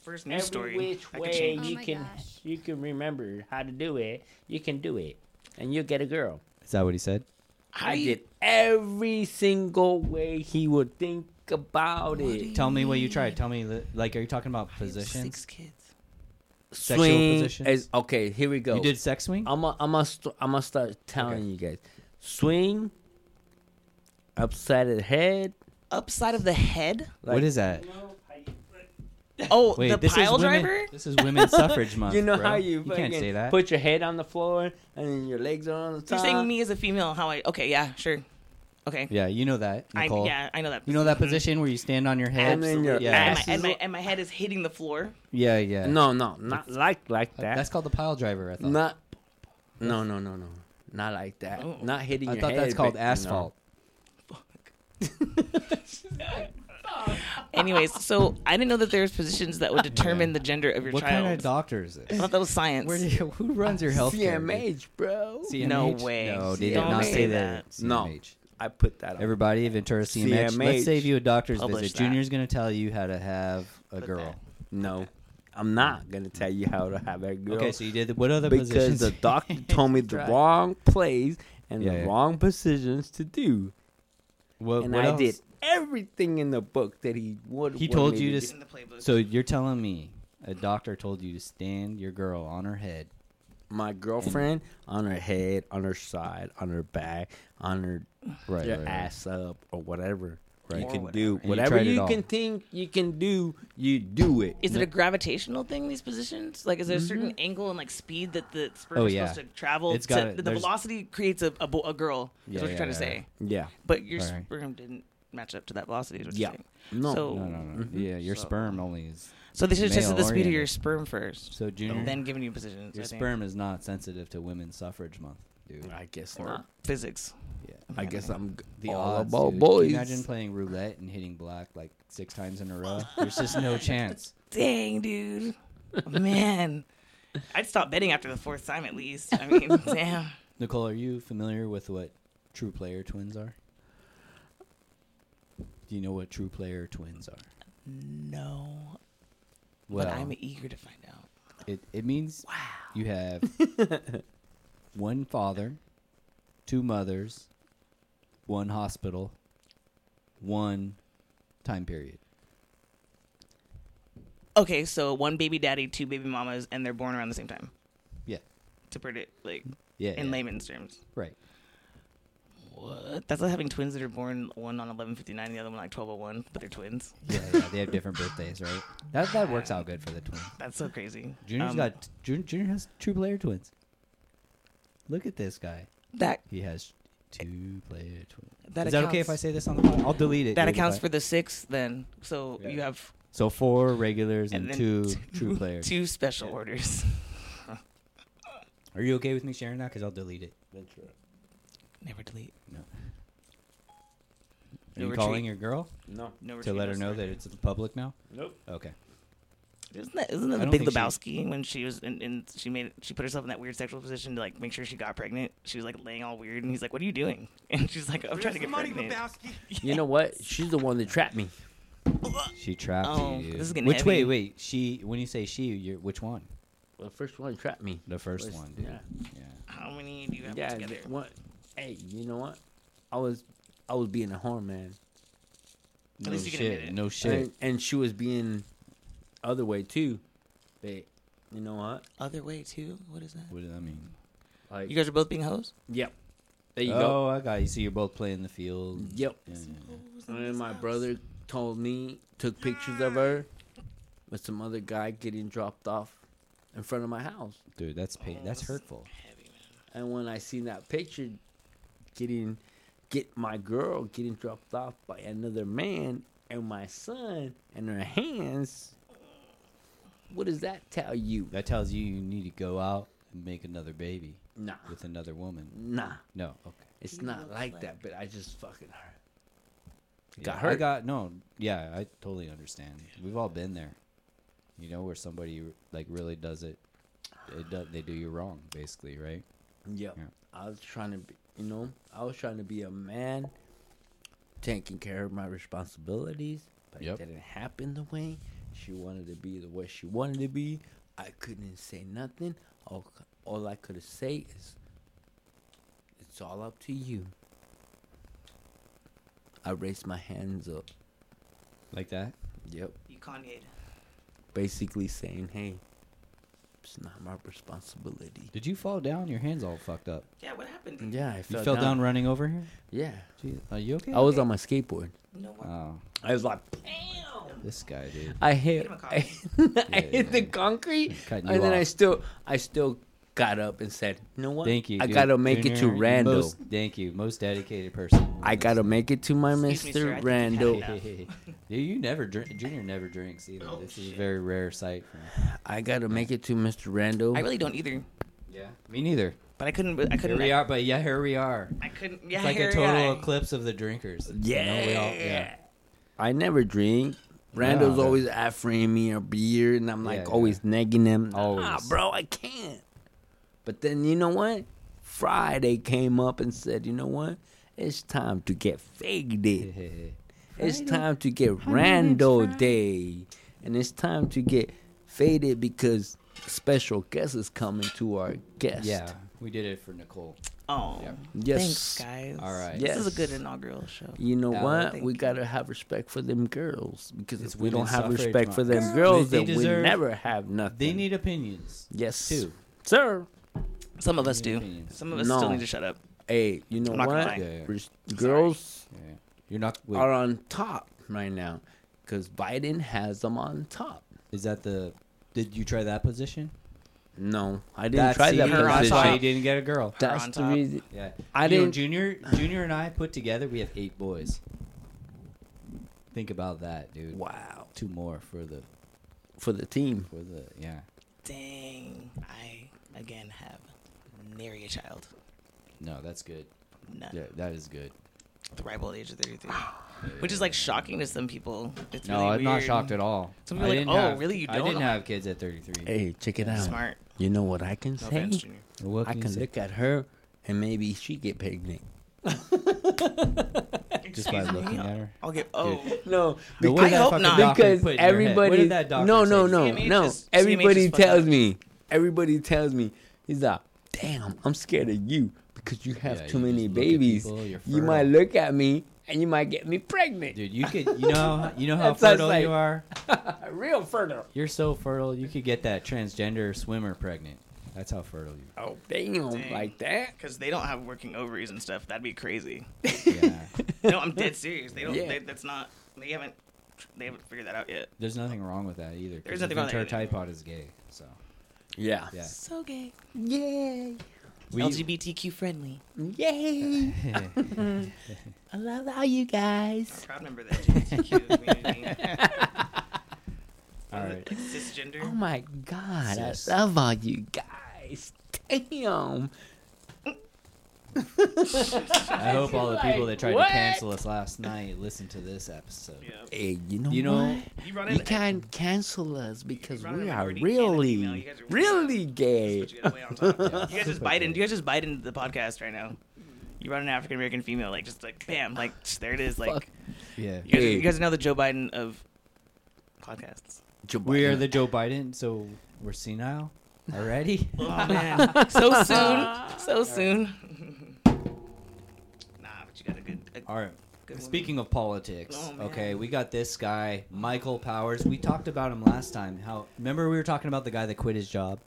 Speaker 1: first news story,
Speaker 6: which
Speaker 1: that could
Speaker 6: way
Speaker 1: change.
Speaker 5: Oh
Speaker 6: you
Speaker 5: my
Speaker 6: can
Speaker 5: gosh.
Speaker 6: you can remember how to do it, you can do it, and you'll get a girl.
Speaker 2: Is that what he said?
Speaker 4: I did every single way he would think about it.
Speaker 2: Tell me what you tried. Tell me, li- like, are you talking about
Speaker 1: I have
Speaker 2: positions?
Speaker 1: Six kids.
Speaker 2: Sexual
Speaker 4: Swing
Speaker 2: positions?
Speaker 4: is okay. Here we go.
Speaker 2: You did sex swing?
Speaker 4: I'm a, I'm a st- I'm gonna start telling
Speaker 2: Okay.
Speaker 4: you guys. Swing upside of the head.
Speaker 1: Upside of the head.
Speaker 4: Like,
Speaker 2: what is that?
Speaker 1: Oh,
Speaker 2: Wait,
Speaker 1: the
Speaker 2: this
Speaker 1: pile
Speaker 2: is
Speaker 1: driver.
Speaker 2: Women, this is women's suffrage month.
Speaker 4: you know
Speaker 2: bro.
Speaker 4: how you,
Speaker 2: you can't
Speaker 4: fucking
Speaker 2: say that.
Speaker 4: put your head on the floor and then your legs are on the
Speaker 1: You're
Speaker 4: top.
Speaker 6: Uh,
Speaker 1: saying me as a female? How I? Okay, yeah, sure. Okay.
Speaker 2: yeah, you know that,
Speaker 1: I,
Speaker 2: Nicole.
Speaker 1: yeah, I know that.
Speaker 2: You know that
Speaker 1: Mhm.
Speaker 2: position where you stand on your head.
Speaker 4: And then your
Speaker 2: yeah,
Speaker 1: And my,
Speaker 4: ass
Speaker 1: and,
Speaker 4: is
Speaker 1: my, and my head is hitting the floor.
Speaker 2: yeah, yeah.
Speaker 4: No, no, not like like that.
Speaker 2: that's called the pile driver. I thought.
Speaker 4: not. No, no, no, no, not like that.
Speaker 1: Oh.
Speaker 4: Not hitting.
Speaker 2: I
Speaker 4: your
Speaker 2: thought
Speaker 4: head,
Speaker 2: that's called
Speaker 4: but,
Speaker 2: asphalt.
Speaker 1: Anyways, so I didn't know that there's positions that would determine the gender of your
Speaker 2: What
Speaker 1: child.
Speaker 2: kind of doctor is
Speaker 1: I
Speaker 2: this?
Speaker 1: thought that was science.
Speaker 2: Where do you, who runs your health?
Speaker 4: You know. CMH, bro.
Speaker 1: No way.
Speaker 2: No, they did
Speaker 1: Don't
Speaker 2: not
Speaker 1: say
Speaker 2: say that.
Speaker 1: that.
Speaker 4: No.
Speaker 2: CMH.
Speaker 4: I put that on.
Speaker 2: Everybody, Ventura CMH. Let's
Speaker 4: CMH.
Speaker 2: save you a doctor's
Speaker 1: Publish
Speaker 2: visit.
Speaker 1: that.
Speaker 2: Junior's gonna tell you how to have a
Speaker 1: Put
Speaker 2: girl.
Speaker 4: No, I'm not gonna tell you how to have a girl.
Speaker 2: Okay, so you did the, what other
Speaker 4: because
Speaker 2: positions?
Speaker 4: the doctor told me the
Speaker 2: Right.
Speaker 4: wrong plays and
Speaker 2: Yeah,
Speaker 4: the
Speaker 2: yeah.
Speaker 4: wrong positions to do,
Speaker 2: what,
Speaker 4: and
Speaker 2: what
Speaker 4: I
Speaker 2: else?
Speaker 4: did everything in the book that he would.
Speaker 2: He
Speaker 4: wanted
Speaker 2: told
Speaker 4: me
Speaker 2: you
Speaker 4: do.
Speaker 2: to
Speaker 1: in the playbook.
Speaker 2: So you're telling me a doctor told you to stand your girl on her head?
Speaker 4: my girlfriend on her head, on her side, on her back, on her
Speaker 2: Right,
Speaker 4: your
Speaker 2: right, right.
Speaker 4: ass up or whatever.
Speaker 2: Right.
Speaker 4: You
Speaker 1: Or
Speaker 4: can
Speaker 1: whatever.
Speaker 4: do
Speaker 1: And
Speaker 2: you
Speaker 4: whatever
Speaker 2: tried it
Speaker 4: you,
Speaker 2: all.
Speaker 4: can think you can do. You do it.
Speaker 1: is it a gravitational thing? These positions, like, is there a certain angle and like speed that the sperm
Speaker 2: Mm-hmm. Oh,
Speaker 1: is
Speaker 2: yeah.
Speaker 1: supposed to travel?
Speaker 2: It's gotta-
Speaker 1: to, the
Speaker 2: there's-
Speaker 1: velocity creates a, a, bo- a girl. Is
Speaker 2: Yeah,
Speaker 1: what you're
Speaker 2: yeah,
Speaker 1: trying to
Speaker 2: yeah,
Speaker 1: say.
Speaker 4: yeah?
Speaker 1: But your
Speaker 2: Alright.
Speaker 1: sperm didn't match up to that velocity. Is what
Speaker 4: Yeah.
Speaker 1: You're saying.
Speaker 4: No.
Speaker 1: So,
Speaker 2: No, no, no. Yeah, your
Speaker 1: Oh. So-
Speaker 2: sperm only is.
Speaker 1: so they should have tested the speed of your
Speaker 2: Male-oriented.
Speaker 1: sperm first,
Speaker 2: So junior,
Speaker 1: and then given you positions.
Speaker 2: Mm-hmm. your
Speaker 1: I think.
Speaker 2: sperm is not sensitive to women's suffrage month, dude.
Speaker 4: I guess
Speaker 1: or
Speaker 4: not.
Speaker 1: physics.
Speaker 2: Yeah.
Speaker 4: I guess I'm g-
Speaker 2: The
Speaker 4: all
Speaker 2: odds,
Speaker 4: about
Speaker 2: dude. Can
Speaker 4: boys.
Speaker 2: you imagine playing roulette and hitting black like six times in a row? There's just no chance.
Speaker 1: Dang, dude, Oh, man, I'd stop betting after the fourth time at least. I mean, damn.
Speaker 2: Nicole, are you familiar with what true player twins are? Do you know what true player twins are?
Speaker 1: No,
Speaker 2: Well,
Speaker 1: but I'm eager to find out.
Speaker 2: it, it means you have one father, two mothers, one hospital, one time period.
Speaker 1: Okay, so one baby daddy, two baby mamas, and they're born around the same time.
Speaker 2: Yeah.
Speaker 1: To put it like
Speaker 2: Yeah.
Speaker 1: in
Speaker 2: yeah,
Speaker 1: layman's terms,
Speaker 2: Right.
Speaker 1: what? That's like having twins that are born one on eleven fifty nine, the other one like twelve oh one, but they're twins.
Speaker 2: Yeah, yeah. They have different birthdays, right? That that works out good for the twins.
Speaker 1: That's so crazy.
Speaker 2: Junior's
Speaker 1: Um,
Speaker 2: got Junior, Junior has true player twins. Look at this guy.
Speaker 1: that.
Speaker 2: He has two player twins.
Speaker 1: That
Speaker 2: Is that okay if I
Speaker 1: accounts-
Speaker 2: say this on the pod? I'll delete it.
Speaker 1: That
Speaker 2: dude, if
Speaker 1: accounts
Speaker 2: I-
Speaker 1: for the six then. So
Speaker 2: Yeah.
Speaker 1: you have
Speaker 2: so four regulars and,
Speaker 1: and then
Speaker 2: two, true players.
Speaker 1: Two special orders.
Speaker 2: Are you okay with me sharing that? Because I'll delete it.
Speaker 1: Never delete.
Speaker 2: Are
Speaker 1: No
Speaker 2: you
Speaker 1: retreat.
Speaker 2: calling your girl
Speaker 4: No.
Speaker 1: No
Speaker 2: to
Speaker 1: retreat,
Speaker 2: let
Speaker 1: no
Speaker 2: her know that
Speaker 1: surrender.
Speaker 2: it's public now?
Speaker 4: Nope.
Speaker 2: Okay.
Speaker 1: Isn't that isn't that
Speaker 2: I
Speaker 1: the
Speaker 2: don't
Speaker 1: Big
Speaker 2: think she-
Speaker 1: Lebowski when she was in, in she made she put herself in that weird sexual position to like make sure she got pregnant. She was like laying all weird, and he's like, "What are you doing?" And she's like, "I'm trying to get pregnant."
Speaker 4: You know what? She's the one that trapped me.
Speaker 2: She trapped
Speaker 1: Oh,
Speaker 2: you.
Speaker 1: this is getting
Speaker 2: which way?
Speaker 1: heavy.
Speaker 2: Wait, she. When you say she, you're which one?
Speaker 4: The first one trapped me.
Speaker 2: The first
Speaker 4: First,
Speaker 2: one, dude.
Speaker 4: yeah.
Speaker 2: yeah.
Speaker 1: How many do you have
Speaker 4: Yeah.
Speaker 1: together?
Speaker 4: th- What? Hey, you know what? I was I was being a whore, man.
Speaker 1: At
Speaker 2: No
Speaker 1: least you can admit
Speaker 2: shit.
Speaker 1: it.
Speaker 2: No shit.
Speaker 4: And, and she was being other way too. But you know what?
Speaker 1: Other way too. What is that?
Speaker 2: What does that mean?
Speaker 4: Like,
Speaker 1: You guys are both being hoes.
Speaker 4: yep. There you
Speaker 2: oh,
Speaker 4: go.
Speaker 2: I got you. So you're both playing the field.
Speaker 4: Yep.
Speaker 2: Yeah, yeah, yeah.
Speaker 4: And then my brother told me, took pictures of her with some other guy getting dropped off in front of my house.
Speaker 2: Dude, that's pain.
Speaker 1: Oh,
Speaker 2: that's
Speaker 1: this-
Speaker 2: hurtful.
Speaker 1: Heavy man.
Speaker 4: And when I seen that picture getting get my girl getting dropped off by another man and my son in her hands, what does that tell you?
Speaker 2: That tells you you need to go out and make another baby
Speaker 4: Nah.
Speaker 2: with another woman.
Speaker 4: Nah.
Speaker 2: No, okay.
Speaker 4: It's
Speaker 1: He
Speaker 4: not
Speaker 1: looks
Speaker 4: like
Speaker 1: like-
Speaker 4: that, but I just fucking hurt.
Speaker 2: Yeah,
Speaker 4: Got
Speaker 2: I
Speaker 4: hurt.
Speaker 2: got no. Yeah, I totally understand. We've all been there. You know where somebody like really does it. It do, they do you wrong, basically, right?
Speaker 4: Yep.
Speaker 2: Yeah.
Speaker 4: I was trying to be, you know, I was trying to be a man, taking care of my responsibilities, but
Speaker 2: Yep.
Speaker 4: it didn't happen the way she wanted to be, the way she wanted to be. I couldn't say nothing. All, all I could say is, it's all up to you. I raised my hands up.
Speaker 2: Like that.
Speaker 4: Yep.
Speaker 1: You Kanye.
Speaker 4: Basically saying, hey, it's not my responsibility.
Speaker 2: Did you fall down? Your hands all fucked up.
Speaker 1: Yeah, what happened?
Speaker 4: Yeah, I
Speaker 2: You
Speaker 4: fell,
Speaker 2: fell
Speaker 4: down.
Speaker 2: down. running over here.
Speaker 4: Yeah.
Speaker 2: Gee, are you okay?
Speaker 4: I was on my skateboard.
Speaker 1: No more.
Speaker 2: Oh,
Speaker 4: I was like,
Speaker 1: Damn.
Speaker 2: This guy, dude.
Speaker 4: I hit
Speaker 1: him a
Speaker 4: I, I hit the concrete
Speaker 2: Cutting
Speaker 4: and
Speaker 2: you
Speaker 4: then I
Speaker 2: off.
Speaker 4: still I still got up and said, "You know what?
Speaker 2: Thank you.
Speaker 4: I
Speaker 2: dude.
Speaker 4: got to make it to
Speaker 2: Junior, you're
Speaker 4: Randall.
Speaker 2: most- thank you, most dedicated person.
Speaker 4: I got to make it to my
Speaker 1: Excuse me, sir, I
Speaker 4: Mr.
Speaker 1: think you
Speaker 4: Randall.
Speaker 1: had enough.
Speaker 2: Dude, you never drink. Junior never drinks either.
Speaker 1: Oh,
Speaker 2: this is a
Speaker 1: shit.
Speaker 2: very rare sight. For him.
Speaker 4: I got to make it to Mr. Randall.
Speaker 1: I really don't either.
Speaker 2: Yeah, me neither.
Speaker 1: But I couldn't. I
Speaker 2: Here
Speaker 1: couldn't.
Speaker 2: we are, but yeah, here we are.
Speaker 1: I couldn't. Yeah,
Speaker 2: It's like
Speaker 1: here
Speaker 2: a total
Speaker 1: I-
Speaker 2: eclipse of the drinkers. You
Speaker 4: yeah.
Speaker 2: know, we all- yeah.
Speaker 4: I never drink. Randall's
Speaker 2: no.
Speaker 4: always offering me a beer, and I'm like
Speaker 2: Yeah,
Speaker 4: always negging him. Nah,
Speaker 2: Always.
Speaker 4: bro, I can't. But then you know what? Friday came up and said, you know what? It's time to get faded. It's time to get Randall Day. And it's time to get faded because special guest is coming to our guest.
Speaker 2: yeah, we did it for Nicole.
Speaker 1: Oh,
Speaker 2: Yeah.
Speaker 4: Yes.
Speaker 1: thanks, guys.
Speaker 2: All right.
Speaker 1: this is a
Speaker 4: Yes.
Speaker 1: good inaugural show.
Speaker 4: You know
Speaker 2: Yeah,
Speaker 4: what?
Speaker 1: Oh, thank
Speaker 4: We
Speaker 1: you.
Speaker 4: gotta have respect for them girls because
Speaker 2: It's
Speaker 4: if we don't
Speaker 2: women's
Speaker 4: have
Speaker 2: suffrage
Speaker 4: respect for
Speaker 2: month. Girls,
Speaker 4: them girls,
Speaker 2: they
Speaker 4: then we
Speaker 2: deserve-
Speaker 4: never have nothing.
Speaker 2: They need opinions.
Speaker 4: yes,
Speaker 2: too.
Speaker 4: sir.
Speaker 1: Some of us
Speaker 2: Your
Speaker 1: do.
Speaker 2: opinions.
Speaker 1: Some of us
Speaker 4: No.
Speaker 1: still need to shut up.
Speaker 4: Hey, you know
Speaker 1: I'm not gonna
Speaker 4: what?
Speaker 1: lie.
Speaker 2: Yeah, yeah.
Speaker 4: Res- Girls
Speaker 2: Yeah. You're not. Wait,
Speaker 4: are on top right now because Biden has them on top.
Speaker 2: Is that the? Did you try that position?
Speaker 4: No, I didn't try that
Speaker 1: her on
Speaker 2: That's
Speaker 4: position.
Speaker 2: why you
Speaker 1: top.
Speaker 2: didn't get a girl.
Speaker 1: Her
Speaker 4: That's
Speaker 1: on
Speaker 4: the
Speaker 1: top.
Speaker 4: reason.
Speaker 2: Yeah.
Speaker 4: I
Speaker 2: You know,
Speaker 4: didn't-
Speaker 2: Junior, Junior, and I put together, we have eight boys. Think about that, dude.
Speaker 4: Wow,
Speaker 2: Two more for the
Speaker 4: for the team.
Speaker 2: for the yeah.
Speaker 1: Dang, I again have nary a child.
Speaker 2: No, that's good.
Speaker 1: None.
Speaker 2: Yeah, that is good.
Speaker 1: At The rival age of 33, which is like shocking to some people. It's
Speaker 2: No,
Speaker 1: really
Speaker 2: I'm not
Speaker 1: weird.
Speaker 2: shocked at all.
Speaker 1: Some
Speaker 2: I
Speaker 1: people are like,
Speaker 2: didn't
Speaker 1: "Oh,
Speaker 2: have-
Speaker 1: really? You
Speaker 2: I
Speaker 1: don't?"
Speaker 2: didn't
Speaker 1: I'm like-
Speaker 2: have kids at 33.
Speaker 4: Hey, check it out.
Speaker 1: Smart.
Speaker 4: You know what I can
Speaker 1: No
Speaker 4: say?
Speaker 1: offense, Junior.
Speaker 2: What
Speaker 4: I
Speaker 2: you
Speaker 4: can
Speaker 2: say?
Speaker 4: look at her and maybe she get pregnant.
Speaker 2: just by
Speaker 1: Excuse me?
Speaker 2: looking at her.
Speaker 1: I'll get. Oh,
Speaker 4: No,
Speaker 2: No,
Speaker 1: I
Speaker 2: what did that
Speaker 1: hope
Speaker 2: fucking
Speaker 1: not.
Speaker 2: doctor
Speaker 4: because
Speaker 2: put in your head? What
Speaker 4: everybody
Speaker 2: did that doctor
Speaker 4: no
Speaker 2: say?
Speaker 4: no no
Speaker 1: CMH
Speaker 4: no
Speaker 1: is- CMH
Speaker 4: everybody
Speaker 1: is fucked
Speaker 4: tells
Speaker 1: up.
Speaker 4: me everybody tells me he's like damn i'm scared of you because you have
Speaker 2: Yeah,
Speaker 4: too
Speaker 2: you
Speaker 4: many
Speaker 2: just look at
Speaker 4: babies
Speaker 2: people, you're
Speaker 4: you might
Speaker 2: fertile."
Speaker 4: look at me and you might get me pregnant
Speaker 2: Dude, you could you know you know how
Speaker 4: That sounds
Speaker 2: fertile
Speaker 4: like-
Speaker 2: you are.
Speaker 4: real fertile
Speaker 2: You're so fertile, you could get that transgender swimmer pregnant. That's how fertile you
Speaker 4: oh damn
Speaker 1: Dang.
Speaker 4: like that
Speaker 1: because they don't have working ovaries and stuff. That'd be crazy.
Speaker 2: are. Yeah.
Speaker 1: no, I'm dead serious. They don't.
Speaker 4: Yeah.
Speaker 1: They, that's not. They haven't. They haven't figured that out yet.
Speaker 2: There's nothing wrong with that either. 'cause
Speaker 1: There's nothing
Speaker 2: even
Speaker 1: wrong with
Speaker 2: Ter
Speaker 1: that either.
Speaker 2: Typod is gay, so
Speaker 4: yeah
Speaker 2: yeah.
Speaker 1: So gay.
Speaker 4: yay
Speaker 2: We-
Speaker 1: LGBTQ friendly.
Speaker 4: yay i love all you guys
Speaker 1: Proud member of the LGBTQ community.
Speaker 2: all right.
Speaker 1: Cisgender.
Speaker 4: oh my god
Speaker 2: Sis.
Speaker 4: i love all you guys damn
Speaker 2: I hope all the
Speaker 4: Like,
Speaker 2: people that tried
Speaker 4: what?
Speaker 2: to cancel us last night listen to this episode.
Speaker 1: yeah.
Speaker 4: hey you know
Speaker 2: You know,
Speaker 4: what?
Speaker 1: You run
Speaker 4: You
Speaker 1: in-
Speaker 4: can't cancel us because
Speaker 1: run
Speaker 4: we
Speaker 1: a
Speaker 4: are
Speaker 1: minority and an
Speaker 4: really,
Speaker 1: email. You guys are
Speaker 4: really gay.
Speaker 1: That's what you gotta lay on top. You
Speaker 2: Yeah.
Speaker 1: guys just
Speaker 2: Super
Speaker 1: bite in.
Speaker 2: gay.
Speaker 1: You guys just bite into the podcast right now. You run an African American female, like just like bam, like tsh, there it is.
Speaker 4: Fuck.
Speaker 1: Like
Speaker 2: yeah.
Speaker 1: you guys,
Speaker 4: Hey.
Speaker 1: you guys know the Joe Biden of podcasts.
Speaker 2: We are the Joe Biden, so we're senile already.
Speaker 1: Oh man, so soon, so soon. nah, but you got a good. A,
Speaker 2: All right.
Speaker 1: Good woman.
Speaker 2: Speaking of politics,
Speaker 1: Oh, man.
Speaker 2: okay, we got this guy, Michael Powers. We talked about him last time. How remember we were talking about the guy that quit his job?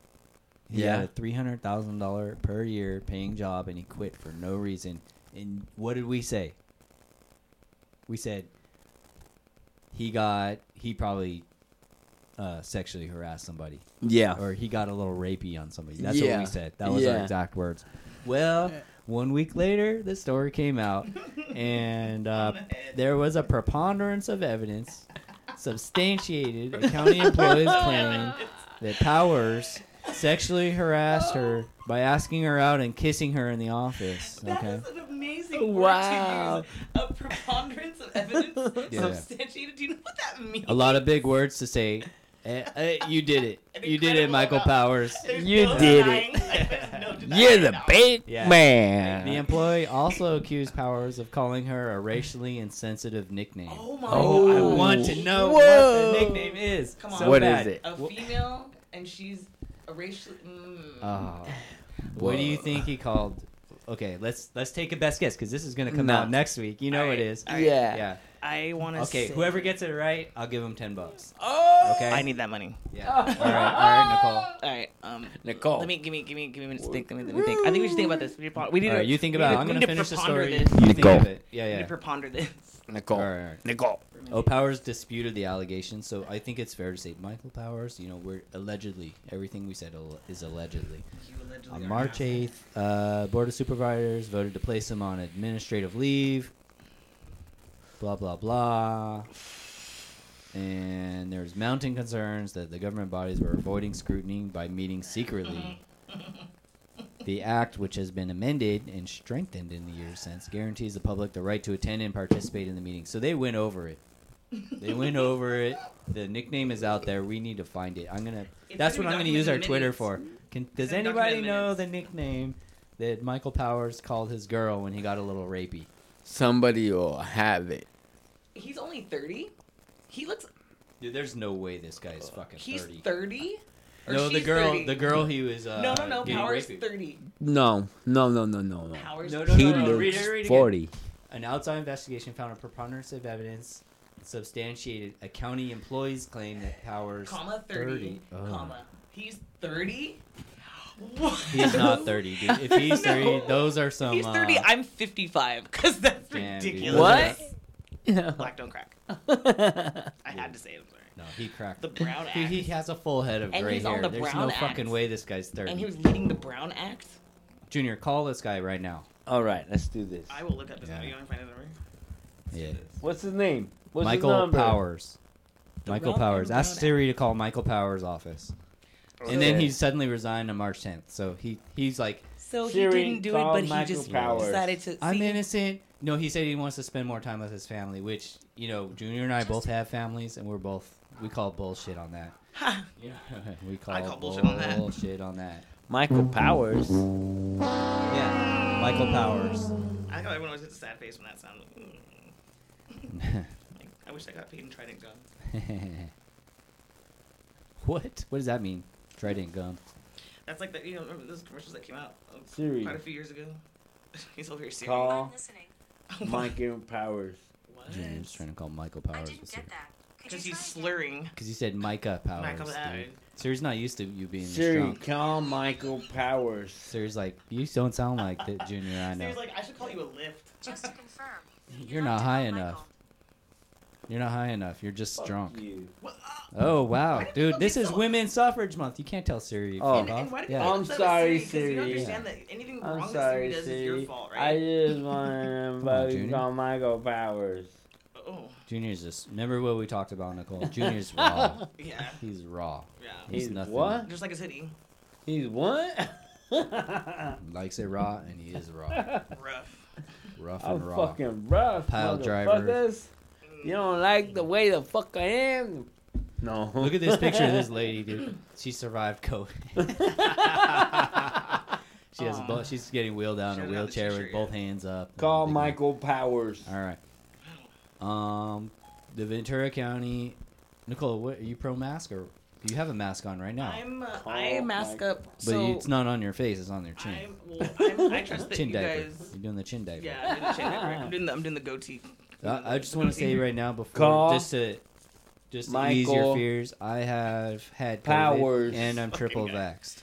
Speaker 2: He
Speaker 4: Yeah.
Speaker 2: had a three hundred thousand dollar per year paying job, and he quit for no reason. And what did we say? We said he got he probably uh, sexually harassed somebody,
Speaker 4: yeah.
Speaker 2: or he got a little rapey on somebody. That's what
Speaker 4: Yeah.
Speaker 2: we said. That was our
Speaker 4: Yeah.
Speaker 2: exact words. Well, one week later, the story came out, and uh, there was a preponderance of evidence substantiated a county employee's claim that Powers sexually harassed her by asking her out and kissing her in the office.
Speaker 1: That
Speaker 2: Okay.
Speaker 1: is an amazing
Speaker 4: Wow.
Speaker 1: word to use. A preponderance of evidence
Speaker 2: Yeah.
Speaker 1: substantiated. Do you know what that means?
Speaker 2: A lot of big words to say. Eh, eh, you did it.
Speaker 1: An
Speaker 2: You did it,
Speaker 1: incredible
Speaker 2: Michael
Speaker 1: amount.
Speaker 2: Powers.
Speaker 1: There's
Speaker 4: You
Speaker 1: no
Speaker 4: did
Speaker 1: denying- there's no denying
Speaker 4: You're the
Speaker 1: that.
Speaker 4: big
Speaker 2: Yeah.
Speaker 4: man.
Speaker 2: The employee also accused Powers of calling her a racially insensitive nickname.
Speaker 1: Oh my
Speaker 2: I
Speaker 4: Oh.
Speaker 1: god.
Speaker 2: want to know
Speaker 4: Whoa.
Speaker 2: what the nickname is.
Speaker 1: Come on.
Speaker 2: So
Speaker 4: What is
Speaker 2: bad.
Speaker 4: it?
Speaker 1: A female, and she's a racial. Mm.
Speaker 2: Oh. What do you
Speaker 4: Whoa.
Speaker 2: think he called? Okay, let's let's take a best guess because this is gonna come
Speaker 4: No.
Speaker 2: out next week. You know
Speaker 1: All
Speaker 2: it
Speaker 1: right.
Speaker 2: is.
Speaker 1: All right.
Speaker 4: yeah.
Speaker 2: Yeah.
Speaker 1: I want to.
Speaker 2: Okay. Whoever gets it right, I'll give him ten bucks.
Speaker 4: Oh.
Speaker 2: Okay.
Speaker 1: I need that money.
Speaker 2: Yeah. All right. All right, Nicole.
Speaker 1: All right, um,
Speaker 4: Nicole.
Speaker 1: Let me give me give me give me a minute to think. Let me, let me think. I think we should think about this. We need to-
Speaker 2: All right. You think
Speaker 1: we need
Speaker 2: about. it.
Speaker 1: to-
Speaker 2: I'm
Speaker 1: we
Speaker 2: gonna
Speaker 1: need to
Speaker 2: finish the
Speaker 1: preponder
Speaker 2: story.
Speaker 1: This.
Speaker 2: You think of
Speaker 4: Nicole.
Speaker 2: it. Yeah.
Speaker 1: We need
Speaker 2: Yeah.
Speaker 1: to preponder this.
Speaker 4: Nicole.
Speaker 2: All right, all right.
Speaker 4: Nicole.
Speaker 2: O'Powers Oh, disputed the allegations, so I think it's fair to say Michael Powers. You know, we're allegedly everything we said al- is allegedly. On March eighth, uh, Board of Supervisors voted to place him on administrative leave. Blah blah blah. And there's mounting concerns that the government bodies were avoiding scrutiny by meeting secretly. The act, which has been amended and strengthened in the years since, guarantees the public the right to attend and participate in the meeting. So they went over it. They went over it. The nickname is out there. We need to find it. I'm gonna.
Speaker 1: It's
Speaker 2: that's
Speaker 1: gonna
Speaker 2: what I'm
Speaker 1: be
Speaker 2: gonna use our
Speaker 1: documented
Speaker 2: Twitter
Speaker 1: minutes.
Speaker 2: for. Can, does
Speaker 1: gonna be
Speaker 2: anybody
Speaker 1: documented
Speaker 2: know
Speaker 1: minutes.
Speaker 2: the nickname that Michael Powers called his girl when he got a little rapey?
Speaker 4: Somebody will have it.
Speaker 1: He's only 30? He looks.
Speaker 2: Dude, there's no way this guy's fucking
Speaker 1: He's
Speaker 2: 30.
Speaker 1: 30? Or
Speaker 2: no, the
Speaker 1: she's
Speaker 2: girl,
Speaker 1: 30?
Speaker 2: the girl he was. Uh,
Speaker 1: No, no, no.
Speaker 2: getting
Speaker 1: Powers
Speaker 2: rapey.
Speaker 1: 30.
Speaker 4: No, no, no, no, no, no.
Speaker 1: Powers
Speaker 2: No, no,
Speaker 4: He
Speaker 2: no, no. Read
Speaker 4: looks
Speaker 2: it, read it again.
Speaker 4: forty.
Speaker 2: An outside investigation found a preponderance of evidence substantiated a county employee's claim that Powers
Speaker 1: comma 30,
Speaker 2: Oh.
Speaker 1: comma. He's 30? What?
Speaker 2: He's not 30, dude. If he's
Speaker 1: No.
Speaker 2: 30, those are some.
Speaker 1: He's 30.
Speaker 2: uh,
Speaker 1: I'm 55 because that's
Speaker 2: Damn, dude.
Speaker 1: ridiculous.
Speaker 4: What?
Speaker 1: Black don't crack. I had to say it. I'm sorry.
Speaker 2: No, he cracked.
Speaker 1: The Brown
Speaker 2: He,
Speaker 1: Act.
Speaker 2: he has a full head of
Speaker 1: And
Speaker 2: gray
Speaker 1: he's on
Speaker 2: hair.
Speaker 1: the
Speaker 2: There's
Speaker 1: Brown
Speaker 2: no fucking
Speaker 1: Act.
Speaker 2: way this guy's 30.
Speaker 1: and he was leading the Brown Act.
Speaker 2: Junior, call this guy right now.
Speaker 4: All right, let's do this.
Speaker 1: I will look up his
Speaker 2: Yeah.
Speaker 1: video and find his number.
Speaker 2: Yeah.
Speaker 4: What's his name? What's his
Speaker 2: Michael
Speaker 4: number?
Speaker 2: Powers.
Speaker 1: The
Speaker 2: Michael
Speaker 1: Brown-
Speaker 2: Powers.
Speaker 1: Brown
Speaker 2: Ask
Speaker 1: Act.
Speaker 2: Siri to call Michael Powers' office.
Speaker 1: Oh,
Speaker 2: And then
Speaker 4: Okay.
Speaker 2: he suddenly resigned on March 10th. So he he's like,
Speaker 1: So
Speaker 4: Siri,
Speaker 1: he didn't do it,
Speaker 4: call
Speaker 1: but he
Speaker 4: Michael
Speaker 1: just
Speaker 4: Powers.
Speaker 1: decided to. See,
Speaker 2: I'm innocent. No, he said he wants to spend more time with his family, which, you know, Junior and I both have families, and we're both, we call bullshit on that.
Speaker 1: Ha,
Speaker 2: Yeah. we call,
Speaker 1: call bullshit on that.
Speaker 2: Bullshit on that.
Speaker 4: Michael Powers.
Speaker 2: Yeah. Michael Powers.
Speaker 1: I know everyone always gets a sad face when that sound. mm. Like, I wish I got paid and tried and gone.
Speaker 2: what? What does that mean? Trident gum.
Speaker 1: That's like the you know remember those commercials that came out uh,
Speaker 4: Siri.
Speaker 1: quite a few years ago. He's over here Siri.
Speaker 4: Call
Speaker 5: listening.
Speaker 4: Michael Powers.
Speaker 1: What?
Speaker 2: Junior was trying to call Michael Powers.
Speaker 5: that. Could
Speaker 1: Because he's slurring.
Speaker 2: Because you said Micah Powers.
Speaker 1: Michael Powers.
Speaker 2: dude. Siri's not used to you being this
Speaker 4: Siri,
Speaker 2: drunk.
Speaker 4: call Michael Powers.
Speaker 2: Siri's like, you don't sound like the Junior I know.
Speaker 1: Siri's like, I should call you a lift.
Speaker 5: Just to confirm.
Speaker 2: You're not high enough. You're not high enough. You're just
Speaker 4: Fuck
Speaker 2: drunk.
Speaker 4: you.
Speaker 1: What? Ah,
Speaker 2: Oh wow,
Speaker 1: did
Speaker 2: dude,
Speaker 1: people
Speaker 2: this
Speaker 1: get
Speaker 2: is
Speaker 1: so-
Speaker 2: Women's Suffrage Month. You can't tell Siri.
Speaker 4: Oh.
Speaker 2: Oh,
Speaker 1: and, and why do
Speaker 2: yeah.
Speaker 1: people
Speaker 4: I'm
Speaker 1: upset with
Speaker 4: sorry,
Speaker 1: Siri. 'Cause You don't
Speaker 4: Siri.
Speaker 1: understand that anything
Speaker 4: I'm
Speaker 1: wrong
Speaker 4: sorry,
Speaker 1: that Siri does
Speaker 4: Siri.
Speaker 1: is your fault,
Speaker 4: I
Speaker 1: right?
Speaker 4: just want to
Speaker 2: Junior.
Speaker 4: call Michael Powers.
Speaker 1: Oh,
Speaker 2: Junior's just remember what we talked about, Nicole. Junior's raw.
Speaker 1: yeah,
Speaker 2: He's raw.
Speaker 1: yeah.
Speaker 2: He's
Speaker 4: He's
Speaker 2: nothing.
Speaker 4: what?
Speaker 1: Just like his hoodie.
Speaker 4: He's what?
Speaker 2: Likes it raw, and he is raw,
Speaker 1: Rough.
Speaker 2: rough and
Speaker 4: I'm
Speaker 2: raw.
Speaker 4: fucking rough,
Speaker 2: Pile driver.
Speaker 4: motherfuckers. You don't like the way the fuck I am? No.
Speaker 2: Look at this picture of this lady, dude. She survived COVID. she has
Speaker 1: Aw.
Speaker 2: bo- she's getting wheeled out in a
Speaker 1: Should've got the
Speaker 2: wheelchair with
Speaker 1: t-shirt,
Speaker 2: both hands up.
Speaker 4: Call
Speaker 2: Big man.
Speaker 4: Michael Powers.
Speaker 2: All right. Um, the Ventura County. Nicole, what are you pro mask or you have a mask on right now?
Speaker 1: I'm. Uh,
Speaker 4: Call
Speaker 1: I mask
Speaker 4: Michael.
Speaker 1: up.
Speaker 2: But
Speaker 1: so
Speaker 2: it's not on your face; it's on their chin.
Speaker 1: I'm, well, I'm, I trust that
Speaker 2: chin
Speaker 1: you
Speaker 2: diaper.
Speaker 1: guys.
Speaker 2: You're doing the chin diaper.
Speaker 1: Yeah, I'm doing, the chin diaper. I'm doing the. I'm doing the goatee.
Speaker 2: I, I just want to say right now, before
Speaker 4: Call
Speaker 2: just to just to ease your
Speaker 4: Michael
Speaker 2: fears, I have had COVID
Speaker 4: Powers.
Speaker 2: and I'm triple
Speaker 1: Fucking guy.
Speaker 2: vaxxed.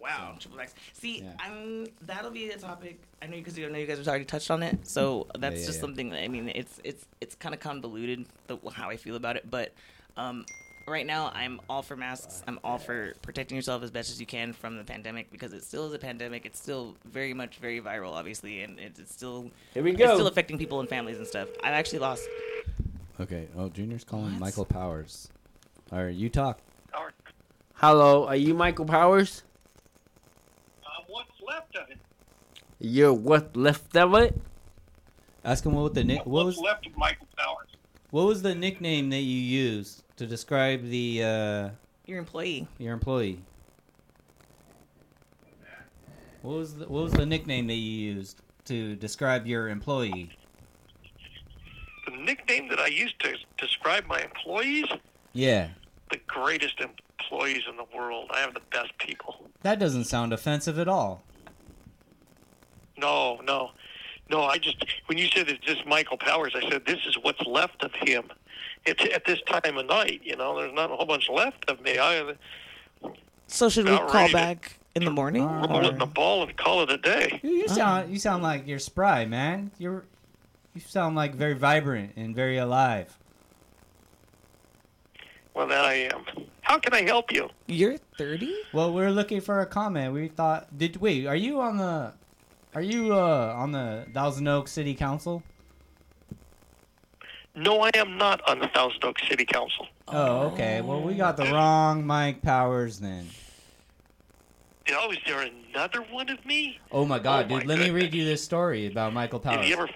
Speaker 1: Wow, triple X. See,
Speaker 2: Yeah.
Speaker 1: I'm that'll be a topic. I know because I know you guys have already touched on it, so that's
Speaker 2: yeah,
Speaker 1: just
Speaker 2: yeah.
Speaker 1: something. That, I mean, it's it's it's kind of convoluted the, how I feel about it, but um, right now I'm all for masks. I'm all for protecting yourself as best as you can from the pandemic because it still is a pandemic. It's still very much very viral, obviously, and it's, it's still
Speaker 4: Here we
Speaker 1: it's
Speaker 4: go.
Speaker 1: still affecting people and families and stuff. I've actually lost.
Speaker 2: Okay. Oh, Junior's calling
Speaker 1: What?
Speaker 2: Michael Powers. All right, you talk.
Speaker 4: Hello, are you Michael Powers?
Speaker 7: Uh, what's left of it?
Speaker 4: You're what left of it?
Speaker 2: Ask him what the nick. What was
Speaker 7: what's left of Michael Powers?
Speaker 2: what was the nickname that you used to describe the uh,
Speaker 1: Your employee,
Speaker 2: your employee? What was the, what was the nickname that you used to describe your employee?
Speaker 7: The nickname that I used to describe my employees,
Speaker 2: Yeah,
Speaker 7: the greatest employees in the world. I have the best people.
Speaker 2: that doesn't sound offensive at all.
Speaker 7: No, no. No, I just, when you said it's just Michael Powers, I said, this is what's left of him. It's at this time of night, you know, there's not a whole bunch left of me. I
Speaker 1: so should we
Speaker 7: Not
Speaker 1: call
Speaker 7: rated.
Speaker 1: back in the morning?
Speaker 2: Oh.
Speaker 7: I'm letting the ball and call it a day.
Speaker 2: You sound you sound like you're spry, man. You're
Speaker 5: You sound like very vibrant and very alive.
Speaker 7: Well, that I am. How can I help you?
Speaker 1: You're 30?
Speaker 5: Well, we're looking for a comment. We thought, did wait? Are you on the? Are you uh, on the Thousand Oaks City Council?
Speaker 7: No, I am not on the Thousand Oaks City Council.
Speaker 5: Oh, okay. Well, we got the wrong Mike Powers then.
Speaker 7: Oh, is there another one of me?
Speaker 5: Oh my
Speaker 7: Oh
Speaker 5: God,
Speaker 7: my
Speaker 5: dude! Let me
Speaker 7: goodness.
Speaker 5: read you this story about Michael
Speaker 7: If
Speaker 5: Powers.
Speaker 7: you ever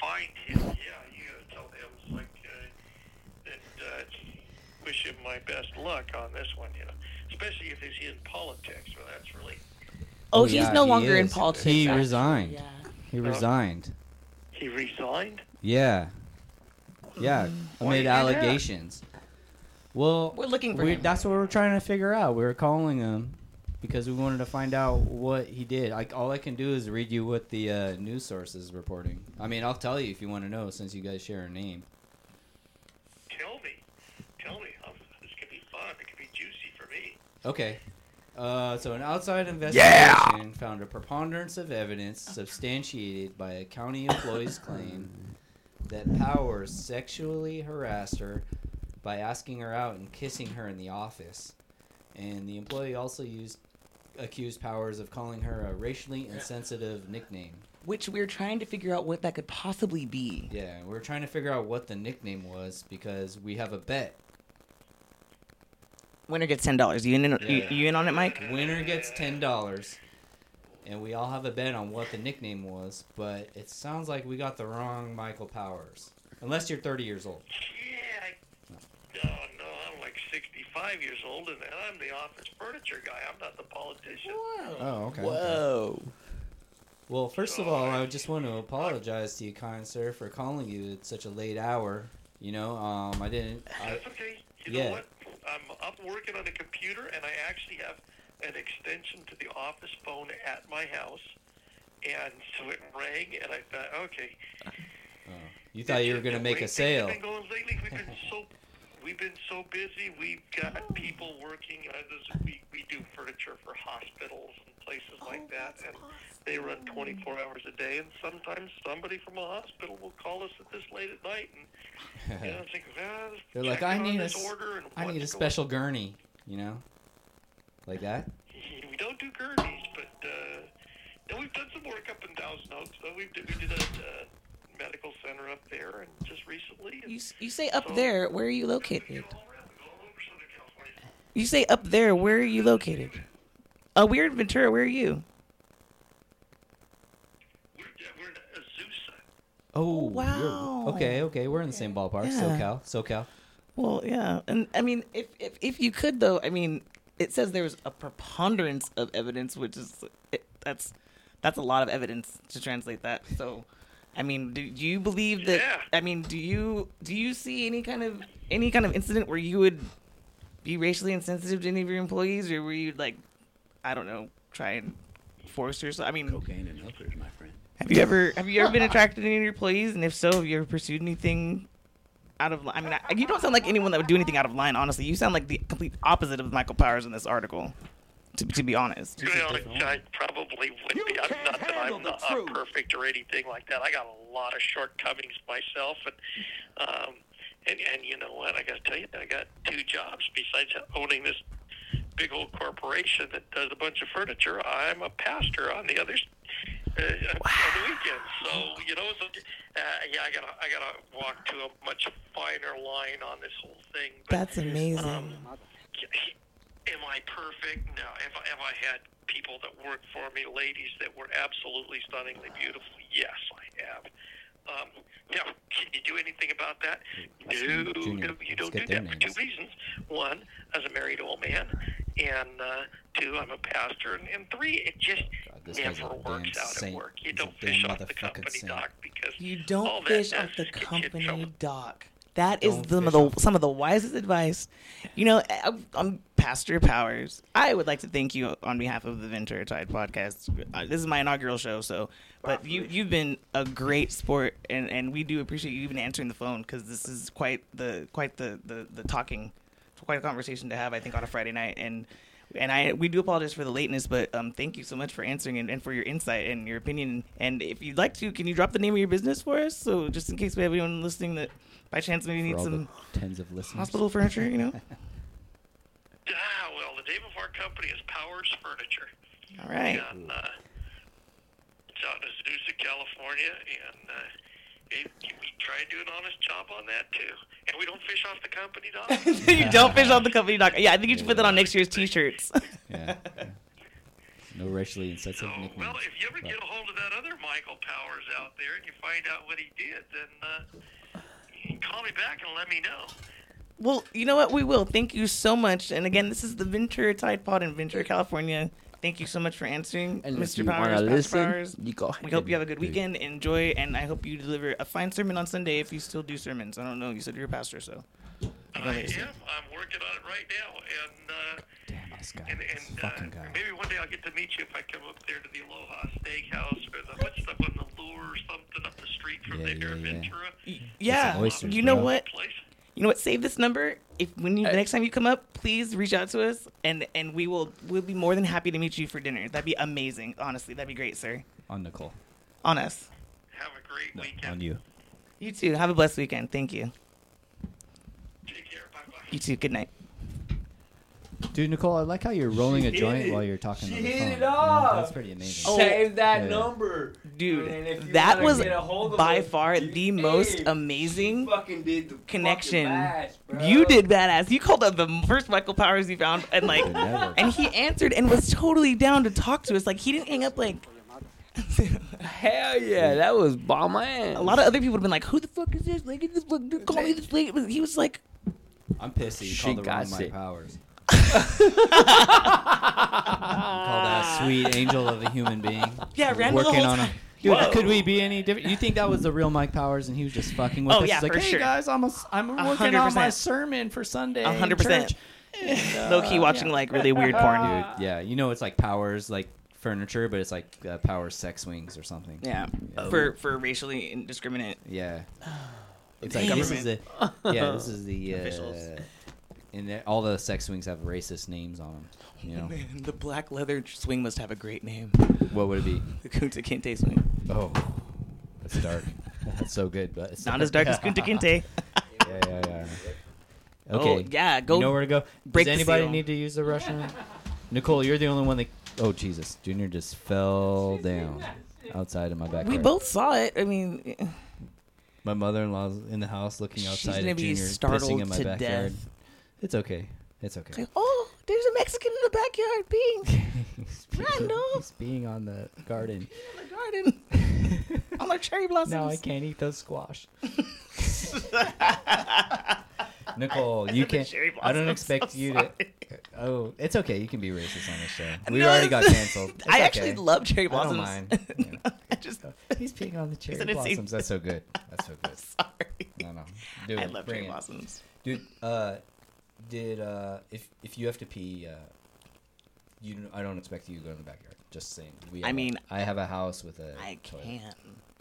Speaker 7: find him, yeah, you gotta tell him it's like uh, that. Uh, wish him my best luck on this one, you know. Especially if he's in politics. Well, that's really
Speaker 1: Oh,
Speaker 2: Oh,
Speaker 1: he's
Speaker 2: yeah,
Speaker 1: no
Speaker 2: he
Speaker 1: longer in
Speaker 2: is.
Speaker 1: politics.
Speaker 5: He
Speaker 1: actually.
Speaker 5: resigned.
Speaker 1: Yeah.
Speaker 5: He resigned.
Speaker 7: he resigned.
Speaker 2: Yeah.
Speaker 1: Mm.
Speaker 2: Yeah.
Speaker 7: you do
Speaker 2: Amid
Speaker 7: that?
Speaker 2: allegations.
Speaker 5: Well,
Speaker 1: We're looking for
Speaker 5: we,
Speaker 1: him.
Speaker 5: that's what we're trying to figure out. We were calling him because we wanted to find out what he did. Like all I can do is read you what the uh, news source is reporting. I mean, I'll tell you if you want to know, since you guys share a name.
Speaker 7: Tell me, tell me. Um, this could be fun. It could be juicy for me.
Speaker 2: Okay. Uh, so an outside investigation found a preponderance of evidence substantiated by a county employee's claim that Powers sexually harassed her by asking her out and kissing her in the office. And the employee also used accused Powers of calling her a racially insensitive nickname.
Speaker 1: Which we're trying to figure out what that could possibly be.
Speaker 2: Yeah, and we're trying to figure out what the nickname was because we have a bet.
Speaker 1: Winner gets ten dollars. You in? You,
Speaker 2: Yeah.
Speaker 1: you in on it, Mike?
Speaker 2: Winner gets ten dollars, and we all have a bet on what the nickname was. But it sounds like we got the wrong Michael Powers, unless you're 30 years old.
Speaker 7: Yeah. I, no, no. I'm like 65 years old, and I'm the office furniture guy. I'm not the politician.
Speaker 2: Oh, okay.
Speaker 4: Whoa.
Speaker 2: Well, first of all, I just want to apologize to you, kind sir, for calling you at such a late hour. You know, um, I didn't. I,
Speaker 7: That's okay. You
Speaker 2: yeah.
Speaker 7: know what? I'm up working on a computer, and I actually have an extension to the office phone at my house. And so it rang, and I thought, okay.
Speaker 2: you thought you were going to make a sale.
Speaker 7: We've been going lately. We've been so, we've been so busy. We've got people working. Uh, this, we, we do furniture for hospitals and places
Speaker 1: Oh,
Speaker 7: like that, and they run 24 hours a day. And sometimes somebody from a hospital will call us at this late at night, and you know, it's like, well,
Speaker 2: They're like,
Speaker 7: checking
Speaker 2: I
Speaker 7: on
Speaker 2: need a,
Speaker 7: this
Speaker 2: s-
Speaker 7: order and
Speaker 2: I need a
Speaker 7: what's going
Speaker 2: special gurney. You know, like that.
Speaker 7: we don't do gurneys, but uh, no, we've done some work up in Thousand Oaks. Though we did, we did a uh, medical center up there, and just recently. And
Speaker 1: You, s- you say up there. Where are you
Speaker 7: We
Speaker 1: located?
Speaker 7: go all around, we go all over Southern California.
Speaker 1: You say up there. Where are you located? Uh, we're in Ventura. Where are you?
Speaker 7: We're, yeah, we're in Azusa.
Speaker 2: Oh,
Speaker 1: wow.
Speaker 2: you're- Okay, okay, we're in the same ballpark.
Speaker 1: Yeah.
Speaker 2: SoCal, SoCal.
Speaker 1: Well, yeah, and I mean, if if, if you could though, I mean, it says there was a preponderance of evidence, which is it, that's that's a lot of evidence to translate that. So, I mean, do, do you believe that?
Speaker 7: Yeah.
Speaker 1: I mean, do you do you see any kind of any kind of incident where you would be racially insensitive to any of your employees, or were you like, I don't know, try and force yourself? I mean,
Speaker 8: Cocaine and hookers, my friend.
Speaker 1: have you ever have you ever been attracted to any of your employees? And if so, have you ever pursued anything out of? li- I mean, I, you don't sound like anyone that would do anything out of line. Honestly, you sound like the complete opposite of Michael Powers in this article. To, to be honest,
Speaker 7: Well, I probably would be. I'm not that I'm not I'm perfect or anything like that. I got a lot of shortcomings myself, and um, and and you know what? I got to tell you, I got two jobs besides owning this big old corporation that does a bunch of furniture. I'm a pastor on the others uh, on the weekends. So you know, so, uh, yeah, I gotta I gotta walk to a much finer line on this whole thing. But,
Speaker 1: that's amazing.
Speaker 7: Am I perfect? No. Have I, have I had people that worked for me, ladies that were absolutely stunningly beautiful? Yes, I have. Um, now, can you do anything about that? No,
Speaker 2: Junior.
Speaker 7: no, you
Speaker 2: Let's
Speaker 7: don't
Speaker 2: get
Speaker 7: do
Speaker 2: their
Speaker 7: that for two
Speaker 2: names.
Speaker 7: reasons. One, as a married old man, and uh, two, I'm a pastor, and, and three, it just
Speaker 2: God, this guy's
Speaker 7: never
Speaker 2: a
Speaker 7: works
Speaker 2: damn
Speaker 7: out at
Speaker 2: saint.
Speaker 7: work. You
Speaker 2: He's a
Speaker 7: don't fish
Speaker 2: damn
Speaker 7: off the
Speaker 2: motherfucking
Speaker 7: company
Speaker 2: saint.
Speaker 7: dock because
Speaker 1: You
Speaker 7: all
Speaker 1: don't
Speaker 7: that
Speaker 1: fish
Speaker 7: does
Speaker 1: off the
Speaker 7: is get you in trouble.
Speaker 1: company dock. That is
Speaker 2: Don't
Speaker 1: some of
Speaker 2: fish
Speaker 1: the
Speaker 2: off-
Speaker 1: some of the wisest advice. You know, I, I'm Pastor Powers. I would like to thank you on behalf of the Ventura Tide podcast. Uh, This is my inaugural show, so but you you've been a great sport, and and we do appreciate you even answering the phone because this is quite the quite the the, the talking, quite a conversation to have. I think on a Friday night and. and I we do apologize for the lateness, but um, thank you so much for answering and, and for your insight and your opinion. And if you'd like to, can you drop the name of your business for us? So just in case we have anyone listening that by chance maybe
Speaker 2: for
Speaker 1: needs
Speaker 2: all
Speaker 1: some
Speaker 2: the tens of listeners.
Speaker 1: hospital furniture, you know.
Speaker 7: Ah, well, the name of our company is Powers Furniture.
Speaker 1: All right.
Speaker 7: On, uh, it's out in Azusa, California, and uh, it, we try to do an honest job on that too. And we don't fish off the company dollar.
Speaker 1: you don't fish off the company doc. Yeah, I think you should put that on next year's t-shirts.
Speaker 2: Yeah. No racially insensitive
Speaker 7: so,
Speaker 2: nicknames.
Speaker 7: well, if you ever
Speaker 2: but-
Speaker 7: get a hold of that other Michael Powers out there and you find out what he did, then uh, call me back and let me know.
Speaker 1: Well, you know what? We will. Thank you so much. And again, this is the Ventura Tide Pod in Ventura, California. Thank you so much for answering,
Speaker 4: And if
Speaker 1: Mr.
Speaker 4: you
Speaker 1: Powers.
Speaker 4: want to
Speaker 1: Pastor
Speaker 4: listen,
Speaker 1: Powers.
Speaker 4: you go ahead.
Speaker 1: We hope you have a good weekend. Enjoy, and I hope you deliver a fine sermon on Sunday if you still do sermons. I don't know. You said you're a pastor, so.
Speaker 7: I am. I'm working on it right now, and. Uh,
Speaker 2: Damn this guy.
Speaker 7: And,
Speaker 2: This
Speaker 7: and
Speaker 2: fucking
Speaker 7: uh,
Speaker 2: guy.
Speaker 7: maybe one day I'll get to meet you if I come up there to the Aloha Steakhouse or the what's the one, the Lure or something up the street from
Speaker 2: Yeah,
Speaker 7: there,
Speaker 2: yeah, yeah.
Speaker 7: Ventura
Speaker 1: Y- Yeah.
Speaker 2: oysters,
Speaker 1: you know
Speaker 2: bro.
Speaker 1: what?
Speaker 7: place.
Speaker 1: You know what? Save this number. If when
Speaker 4: Uh,
Speaker 1: you, the next time you come up, please reach out to us, and and we will we'll be more than happy to meet you for dinner. That'd be amazing. Honestly, that'd be great, sir.
Speaker 2: On Nicole.
Speaker 1: On us.
Speaker 7: Have a great
Speaker 2: On
Speaker 7: weekend.
Speaker 2: you.
Speaker 1: You too. Have a blessed weekend. Thank you.
Speaker 7: Take care. Bye bye.
Speaker 1: You too. Good night.
Speaker 2: Dude, Nicole, I like how you're rolling a
Speaker 4: hit
Speaker 2: joint
Speaker 4: it.
Speaker 2: while you're talking
Speaker 4: She
Speaker 2: on the
Speaker 4: hit
Speaker 2: phone.
Speaker 4: it
Speaker 2: man.
Speaker 4: off.
Speaker 2: That's pretty amazing.
Speaker 1: Oh,
Speaker 4: Save that
Speaker 2: yeah.
Speaker 4: number,
Speaker 1: Dude,
Speaker 4: And if you
Speaker 1: that
Speaker 4: wanna
Speaker 1: was
Speaker 4: get a hold of
Speaker 1: by
Speaker 4: us,
Speaker 1: far
Speaker 4: you-
Speaker 1: the most
Speaker 4: hey,
Speaker 1: amazing
Speaker 4: you fucking did the fucking
Speaker 1: connection.
Speaker 4: bash, bro.
Speaker 1: You did badass. You called up the first Michael Powers you found, and like,
Speaker 2: The network.
Speaker 1: and he answered and was totally down to talk to us. Like he didn't hang up. Like
Speaker 4: Hell yeah, that was bomb ass.
Speaker 1: a lot of other people would have been like, "Who the fuck is this? Like, this fuck, call me this late." He was like,
Speaker 2: I'm pissed that you
Speaker 4: She
Speaker 2: called the wrong
Speaker 4: got
Speaker 2: my
Speaker 4: it.
Speaker 2: powers. Call that sweet angel of a human being.
Speaker 1: "Yeah, Randall." the
Speaker 2: working
Speaker 1: whole
Speaker 2: on a
Speaker 1: time.
Speaker 2: dude.
Speaker 1: Whoa.
Speaker 2: Could we be any different? You think that was the real Mike Powers, and he was just fucking with
Speaker 1: Oh,
Speaker 2: us? He's
Speaker 1: yeah,
Speaker 2: like,
Speaker 1: for
Speaker 2: hey
Speaker 1: sure.
Speaker 2: guys, I'm a, I'm working on
Speaker 1: 100%.
Speaker 2: my sermon for Sunday.
Speaker 1: A hundred percent. Uh, Low key watching like really weird porn.
Speaker 2: Porn, dude. Yeah, you know it's like Powers like furniture, but it's like uh, Powers sex wings or something.
Speaker 1: Yeah, for for racially indiscriminate.
Speaker 2: Yeah. It's
Speaker 1: The
Speaker 2: like this is the
Speaker 1: government.
Speaker 2: yeah this is the
Speaker 1: Officials.
Speaker 2: uh, and they're- all the sex wings have racist names on them. You know
Speaker 1: Man, the black leather swing must have a great name.
Speaker 2: what would it be?
Speaker 1: The Kunta Kinte swing.
Speaker 2: Oh, that's dark. that's so good, but it's
Speaker 1: Not as dark as Kunta Kinte.
Speaker 2: yeah, yeah, yeah. Okay.
Speaker 1: Oh, yeah, go.
Speaker 2: You know where to go.
Speaker 1: break the
Speaker 2: Does anybody
Speaker 1: seal.
Speaker 2: need to use the Russian? Nicole, you're the only one that. Oh Jesus! Junior just fell down outside in my backyard.
Speaker 1: we both saw it. I mean,
Speaker 2: My mother-in-law's in the house looking
Speaker 1: she's
Speaker 2: outside.
Speaker 1: gonna
Speaker 2: at
Speaker 1: be
Speaker 2: Junior
Speaker 1: startled
Speaker 2: pissing in my
Speaker 1: to
Speaker 2: backyard.
Speaker 1: death.
Speaker 2: It's okay. It's okay.
Speaker 1: Like, oh, there's a Mexican in the backyard peeing
Speaker 2: he's, being,
Speaker 1: Randall.
Speaker 2: he's being on the garden.
Speaker 1: in the garden on our cherry blossoms.
Speaker 2: now I can't eat those squash. Nicole, you
Speaker 1: the
Speaker 2: can't.
Speaker 1: cherry
Speaker 2: I don't
Speaker 1: blossoms,
Speaker 2: expect
Speaker 1: I'm
Speaker 2: you
Speaker 1: sorry.
Speaker 2: to. Oh, it's okay. You can be racist on this show. We
Speaker 1: No,
Speaker 2: already got
Speaker 1: it's-
Speaker 2: canceled. It's
Speaker 1: I actually
Speaker 2: okay.
Speaker 1: love cherry
Speaker 2: I don't
Speaker 1: blossoms.
Speaker 2: mind. Yeah.
Speaker 1: I just
Speaker 2: He's peeing on the cherry
Speaker 1: Isn't it safe?
Speaker 2: blossoms. That's so good. That's so good.
Speaker 1: sorry.
Speaker 2: No, no. Dude,
Speaker 1: I love
Speaker 2: bring
Speaker 1: cherry
Speaker 2: it.
Speaker 1: blossoms.
Speaker 2: Dude, uh, did uh, if if you have to pee, uh, you I don't expect you to go in the backyard. Just saying. We
Speaker 1: I
Speaker 2: have a-
Speaker 1: mean,
Speaker 2: I have a house with a.
Speaker 1: I
Speaker 2: toilet.
Speaker 1: can.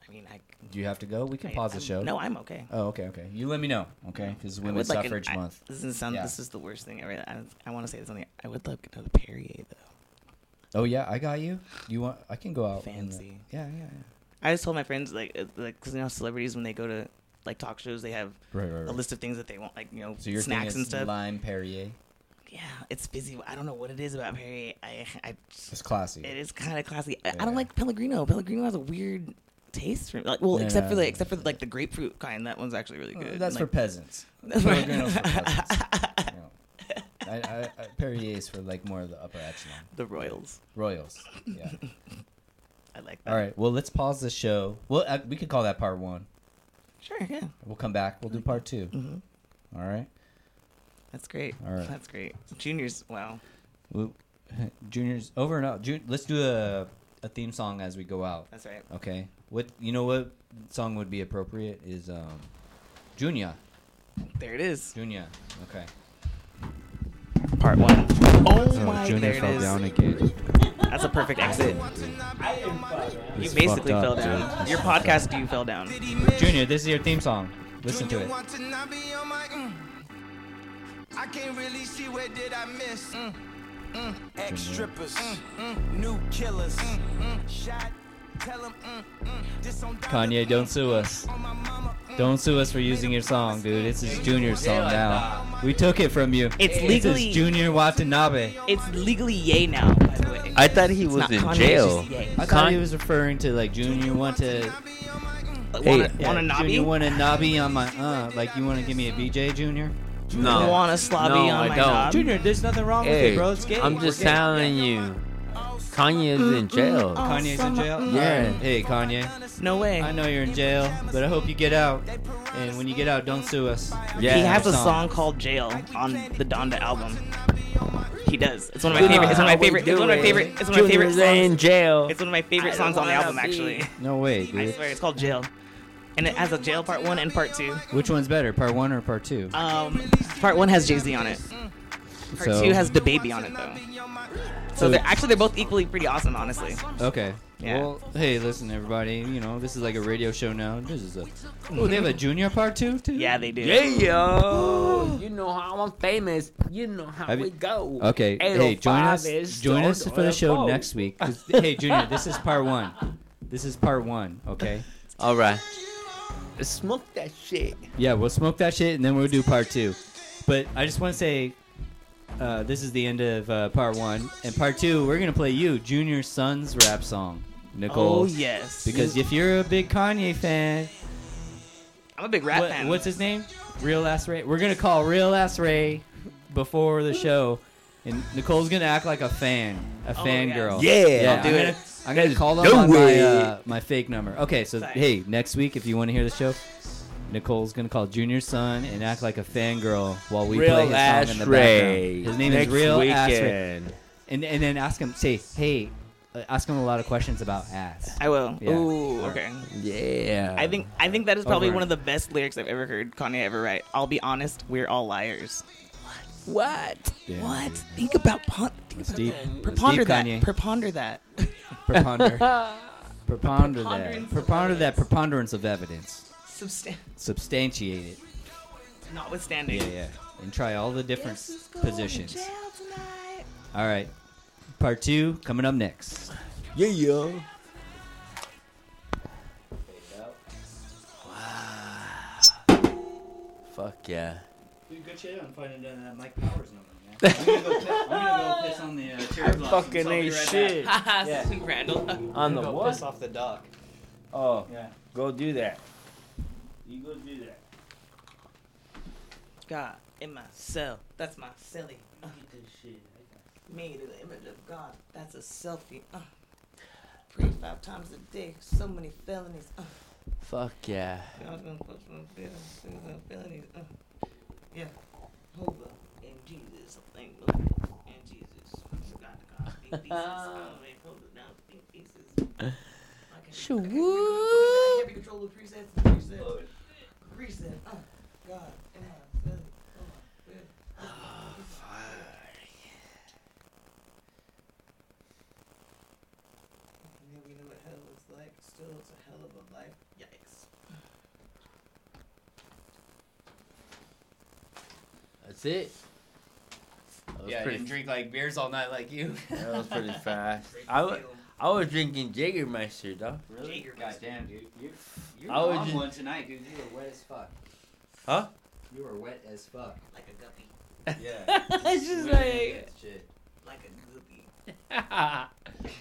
Speaker 1: I mean, I
Speaker 2: Do you have to go? We can
Speaker 1: I-
Speaker 2: pause the
Speaker 1: I'm-
Speaker 2: show.
Speaker 1: No, I'm okay.
Speaker 2: Oh, okay, okay. You let me know, okay? Because
Speaker 1: I
Speaker 2: Women's
Speaker 1: would like an-
Speaker 2: Suffrage
Speaker 1: I-
Speaker 2: Month.
Speaker 1: this is sound.
Speaker 2: Yeah.
Speaker 1: This is the worst thing ever. I, I want to say something. I would love another Perrier though.
Speaker 2: Oh yeah, I got you. You want? I can go out. in the-
Speaker 1: Fancy.
Speaker 2: yeah, yeah, yeah.
Speaker 1: I just told my friends like uh, like because you know celebrities when they go to like talk shows they have
Speaker 2: Right, right,
Speaker 1: a list of things that they want like you know
Speaker 2: So your
Speaker 1: snacks
Speaker 2: thing
Speaker 1: and
Speaker 2: is
Speaker 1: stuff.
Speaker 2: lime Perrier.
Speaker 1: Yeah, it's busy. I don't know what it is about Perrier. I I
Speaker 2: It's classy.
Speaker 1: it is kind of classy. I, I
Speaker 2: Yeah.
Speaker 1: don't like Pellegrino. Pellegrino has a weird taste for like well
Speaker 2: Yeah.
Speaker 1: except for the except for like the grapefruit kind. That one's actually really
Speaker 2: Uh,
Speaker 1: good.
Speaker 2: that's for
Speaker 1: And,
Speaker 2: peasants.
Speaker 1: That's for-
Speaker 2: Pellegrino's for peasants. You know. I, I, I, Perrier is for like more of the upper echelon.
Speaker 1: like, the Royals.
Speaker 2: Royals. Yeah.
Speaker 1: I like that.
Speaker 2: All right. Well, let's pause the show. Well, uh, we could call that part one.
Speaker 1: Sure. Yeah.
Speaker 2: We'll come back. We'll do part 2
Speaker 1: Mhm.
Speaker 2: All right.
Speaker 1: That's great.
Speaker 2: All right.
Speaker 1: That's great. Juniors. Wow.
Speaker 2: Well, juniors over and out. Ju- let's do a, a theme song as we go out.
Speaker 1: That's right.
Speaker 2: Okay. What you know? What song would be appropriate is um, Junia.
Speaker 1: There it is.
Speaker 2: Junia. Okay.
Speaker 1: Part one. Oh my.
Speaker 5: Junior
Speaker 1: There it
Speaker 5: Uh, fell
Speaker 1: is.
Speaker 5: down again.
Speaker 1: That's a perfect exit. You
Speaker 5: He's
Speaker 1: basically
Speaker 5: fucked
Speaker 1: fell
Speaker 5: up, dude.
Speaker 1: down.
Speaker 5: He's
Speaker 1: Your
Speaker 5: fucked
Speaker 1: podcast, you fell down.
Speaker 2: Junior, this is your theme song. Listen to it.
Speaker 3: I can't really see where did I miss. Mm. Ex strippers, new killers. mm, Shot, tell 'em, mm, mm, this on
Speaker 2: Kanye, don't sue us.
Speaker 3: on my mama. mm.
Speaker 2: Don't sue us for using your song, dude. It's his junior song now. We took it from you.
Speaker 1: It's
Speaker 2: his
Speaker 1: legally-
Speaker 2: junior Watanabe.
Speaker 1: It's legally yay now, by the way.
Speaker 9: I thought he
Speaker 1: It's
Speaker 9: was
Speaker 1: not
Speaker 9: in
Speaker 1: Kanye, it's
Speaker 9: jail.
Speaker 1: just Ye.
Speaker 2: I thought he was referring to like Junior want to
Speaker 3: mm.
Speaker 1: But
Speaker 9: Hey,
Speaker 1: wanna, wanna
Speaker 2: Junior
Speaker 1: knobby?
Speaker 2: want a knobby on my uh like you want to give me a BJ Junior?
Speaker 9: No.
Speaker 1: Wanna slobby
Speaker 9: No,
Speaker 1: on
Speaker 9: I
Speaker 1: my
Speaker 9: don't.
Speaker 1: knob?
Speaker 2: Junior, there's nothing wrong with it,
Speaker 9: Hey,
Speaker 2: bro. It's gay.
Speaker 9: I'm
Speaker 2: We're
Speaker 9: just
Speaker 2: gay.
Speaker 9: telling you, Kanye is in jail.
Speaker 2: Kanye's in jail.
Speaker 4: Yeah.
Speaker 2: Hey Kanye,
Speaker 1: No way.
Speaker 2: I know you're in jail, but I hope you get out. And when you get out, don't sue us.
Speaker 1: he
Speaker 9: Yeah.
Speaker 1: has a
Speaker 2: song.
Speaker 1: song called Jail on the Donda album. He does. It's one of my
Speaker 9: Good
Speaker 1: favorite. It's one of
Speaker 9: night.
Speaker 1: my favorite. It's one of my favorite. It's one of my favorite
Speaker 9: Junior's in
Speaker 1: songs.
Speaker 9: jail.
Speaker 1: It's one of my favorite songs on the album, actually.
Speaker 2: No way, dude.
Speaker 1: I swear, it's called Jail, and it has a Jail Part One and Part Two.
Speaker 2: Which one's better, part one or part two?
Speaker 1: Um, part One has Jay Z on it. Part
Speaker 2: Mm. So-
Speaker 1: Two has the baby on it though.
Speaker 3: mm.
Speaker 1: So they're actually they're both equally pretty awesome, honestly.
Speaker 2: Okay.
Speaker 1: Yeah.
Speaker 2: Well, hey, listen, everybody. You know, this is like a radio show now. This is a. Oh, they have a junior part two too.
Speaker 1: Yeah, they do.
Speaker 4: yo. You know how I'm famous. You know how
Speaker 2: Have
Speaker 4: we
Speaker 2: you-
Speaker 4: go.
Speaker 2: Okay.
Speaker 1: oh
Speaker 2: Hey, join
Speaker 4: 805
Speaker 2: us.
Speaker 4: is
Speaker 2: Join us
Speaker 4: Stone
Speaker 2: for the show
Speaker 4: Temple.
Speaker 2: next week. 'cause- hey, Junior, this is part one. This is part one. Okay.
Speaker 9: All right.
Speaker 4: Smoke that shit.
Speaker 2: Yeah, we'll smoke that shit and then we'll do part two. But I just want to say, uh, this is the end of uh, part one. And part two, we're gonna play you Junior's son's rap song, Nicole.
Speaker 1: Oh yes.
Speaker 2: Because if you're a big Kanye fan,
Speaker 1: I'm a big rap
Speaker 2: What-
Speaker 1: fan.
Speaker 2: What's his name? Real Ass Ray. We're gonna call Real Ass Ray before the show, and Nicole's gonna act like a fan, a
Speaker 1: Oh,
Speaker 2: fan
Speaker 1: yeah.
Speaker 2: girl.
Speaker 9: Yeah.
Speaker 2: yeah.
Speaker 9: I'll
Speaker 2: I'm
Speaker 9: do
Speaker 2: gonna,
Speaker 9: it.
Speaker 2: I'm gonna call them
Speaker 9: do
Speaker 2: on my,
Speaker 9: it.
Speaker 2: uh, my fake number. Okay, so
Speaker 1: Thanks.
Speaker 2: hey, next week if you want to hear the show, Nicole's gonna call Junior's son and act like a fangirl while we play
Speaker 9: Real
Speaker 2: his song in
Speaker 9: Ash
Speaker 2: the
Speaker 9: Ray.
Speaker 2: background. His name
Speaker 9: Next
Speaker 2: is Real Ass Ray,
Speaker 9: weekend.
Speaker 2: and and then ask him, say, hey, uh, ask him a lot of questions about ass.
Speaker 1: I will.
Speaker 2: Yeah.
Speaker 1: Ooh, okay.
Speaker 4: Yeah.
Speaker 1: I think I think that is probably
Speaker 2: Over.
Speaker 1: one of the best lyrics I've ever heard Kanye ever write. I'll be honest, we're all liars. What?
Speaker 2: Yeah,
Speaker 1: what?
Speaker 2: dude.
Speaker 1: Think about pon- think
Speaker 2: That's
Speaker 1: about
Speaker 2: deep.
Speaker 1: that. Preponder
Speaker 2: deep,
Speaker 1: that.
Speaker 2: Kanye.
Speaker 1: Preponder that.
Speaker 2: Preponder. Preponder that.
Speaker 1: Preponderance of
Speaker 2: Preponder that preponderance of evidence.
Speaker 1: Substan-
Speaker 2: Substantiate it.
Speaker 1: notwithstanding.
Speaker 2: Yeah, yeah. And try all the different positions. All right. Part two coming up next.
Speaker 4: Yeah, yo.
Speaker 9: Fuck yeah.
Speaker 2: Dude, good shit on finding uh, Mike Powers number, man. I'm gonna go piss, I'm gonna go piss on the uh, cherry blossoms.
Speaker 4: Fucking ain't shit.
Speaker 1: Randall.
Speaker 4: On the what?
Speaker 2: off the dock.
Speaker 4: Oh,
Speaker 2: Yeah.
Speaker 4: go do that. You go do that.
Speaker 1: God in my cell. That's my silly. Uh, Made an image of God. That's a selfie. Uh, three, five times a day. So many felonies. Uh,
Speaker 9: Fuck yeah.
Speaker 1: I was gonna put some feelings, things on felonies. Uh, yeah. Hold up. And Jesus, I think. look, And Jesus. God, God. Big pieces. Oh, man, hold it down. Big pieces. Sure. I can't be control of presets and presets. Preset. Uh, God. Am I silly? Am I silly? And then we know what hell looks like. Still, it's a hell of a life. Yikes.
Speaker 4: That's it. That was, pretty,
Speaker 2: drink like beers all night like you.
Speaker 4: that was pretty fast. I, wa- I was drinking Jägermeister, dog.
Speaker 2: Really? Goddamn, dude. You're, you're
Speaker 4: I was
Speaker 2: on
Speaker 4: just-
Speaker 2: one tonight, dude. You were wet as fuck.
Speaker 4: Huh?
Speaker 2: You were wet as fuck.
Speaker 1: Like a guppy.
Speaker 2: Yeah.
Speaker 4: It's just
Speaker 2: Sweating and
Speaker 4: like,
Speaker 2: that shit.
Speaker 1: Like a guppy.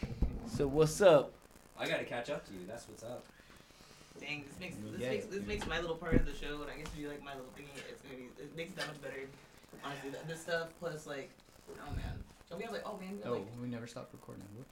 Speaker 4: so what's up?
Speaker 2: I gotta catch up to you. That's what's up.
Speaker 1: Dang, this makes
Speaker 2: You
Speaker 1: this
Speaker 2: get
Speaker 1: makes
Speaker 2: it,
Speaker 1: this
Speaker 2: dude.
Speaker 1: makes my little part of the show, and I guess you like my little thingy. It's gonna be it makes that much better. Honestly, th- this stuff plus like, oh man, don't we have like oh man, we have,
Speaker 2: Oh,
Speaker 1: like
Speaker 2: we never stopped recording. What?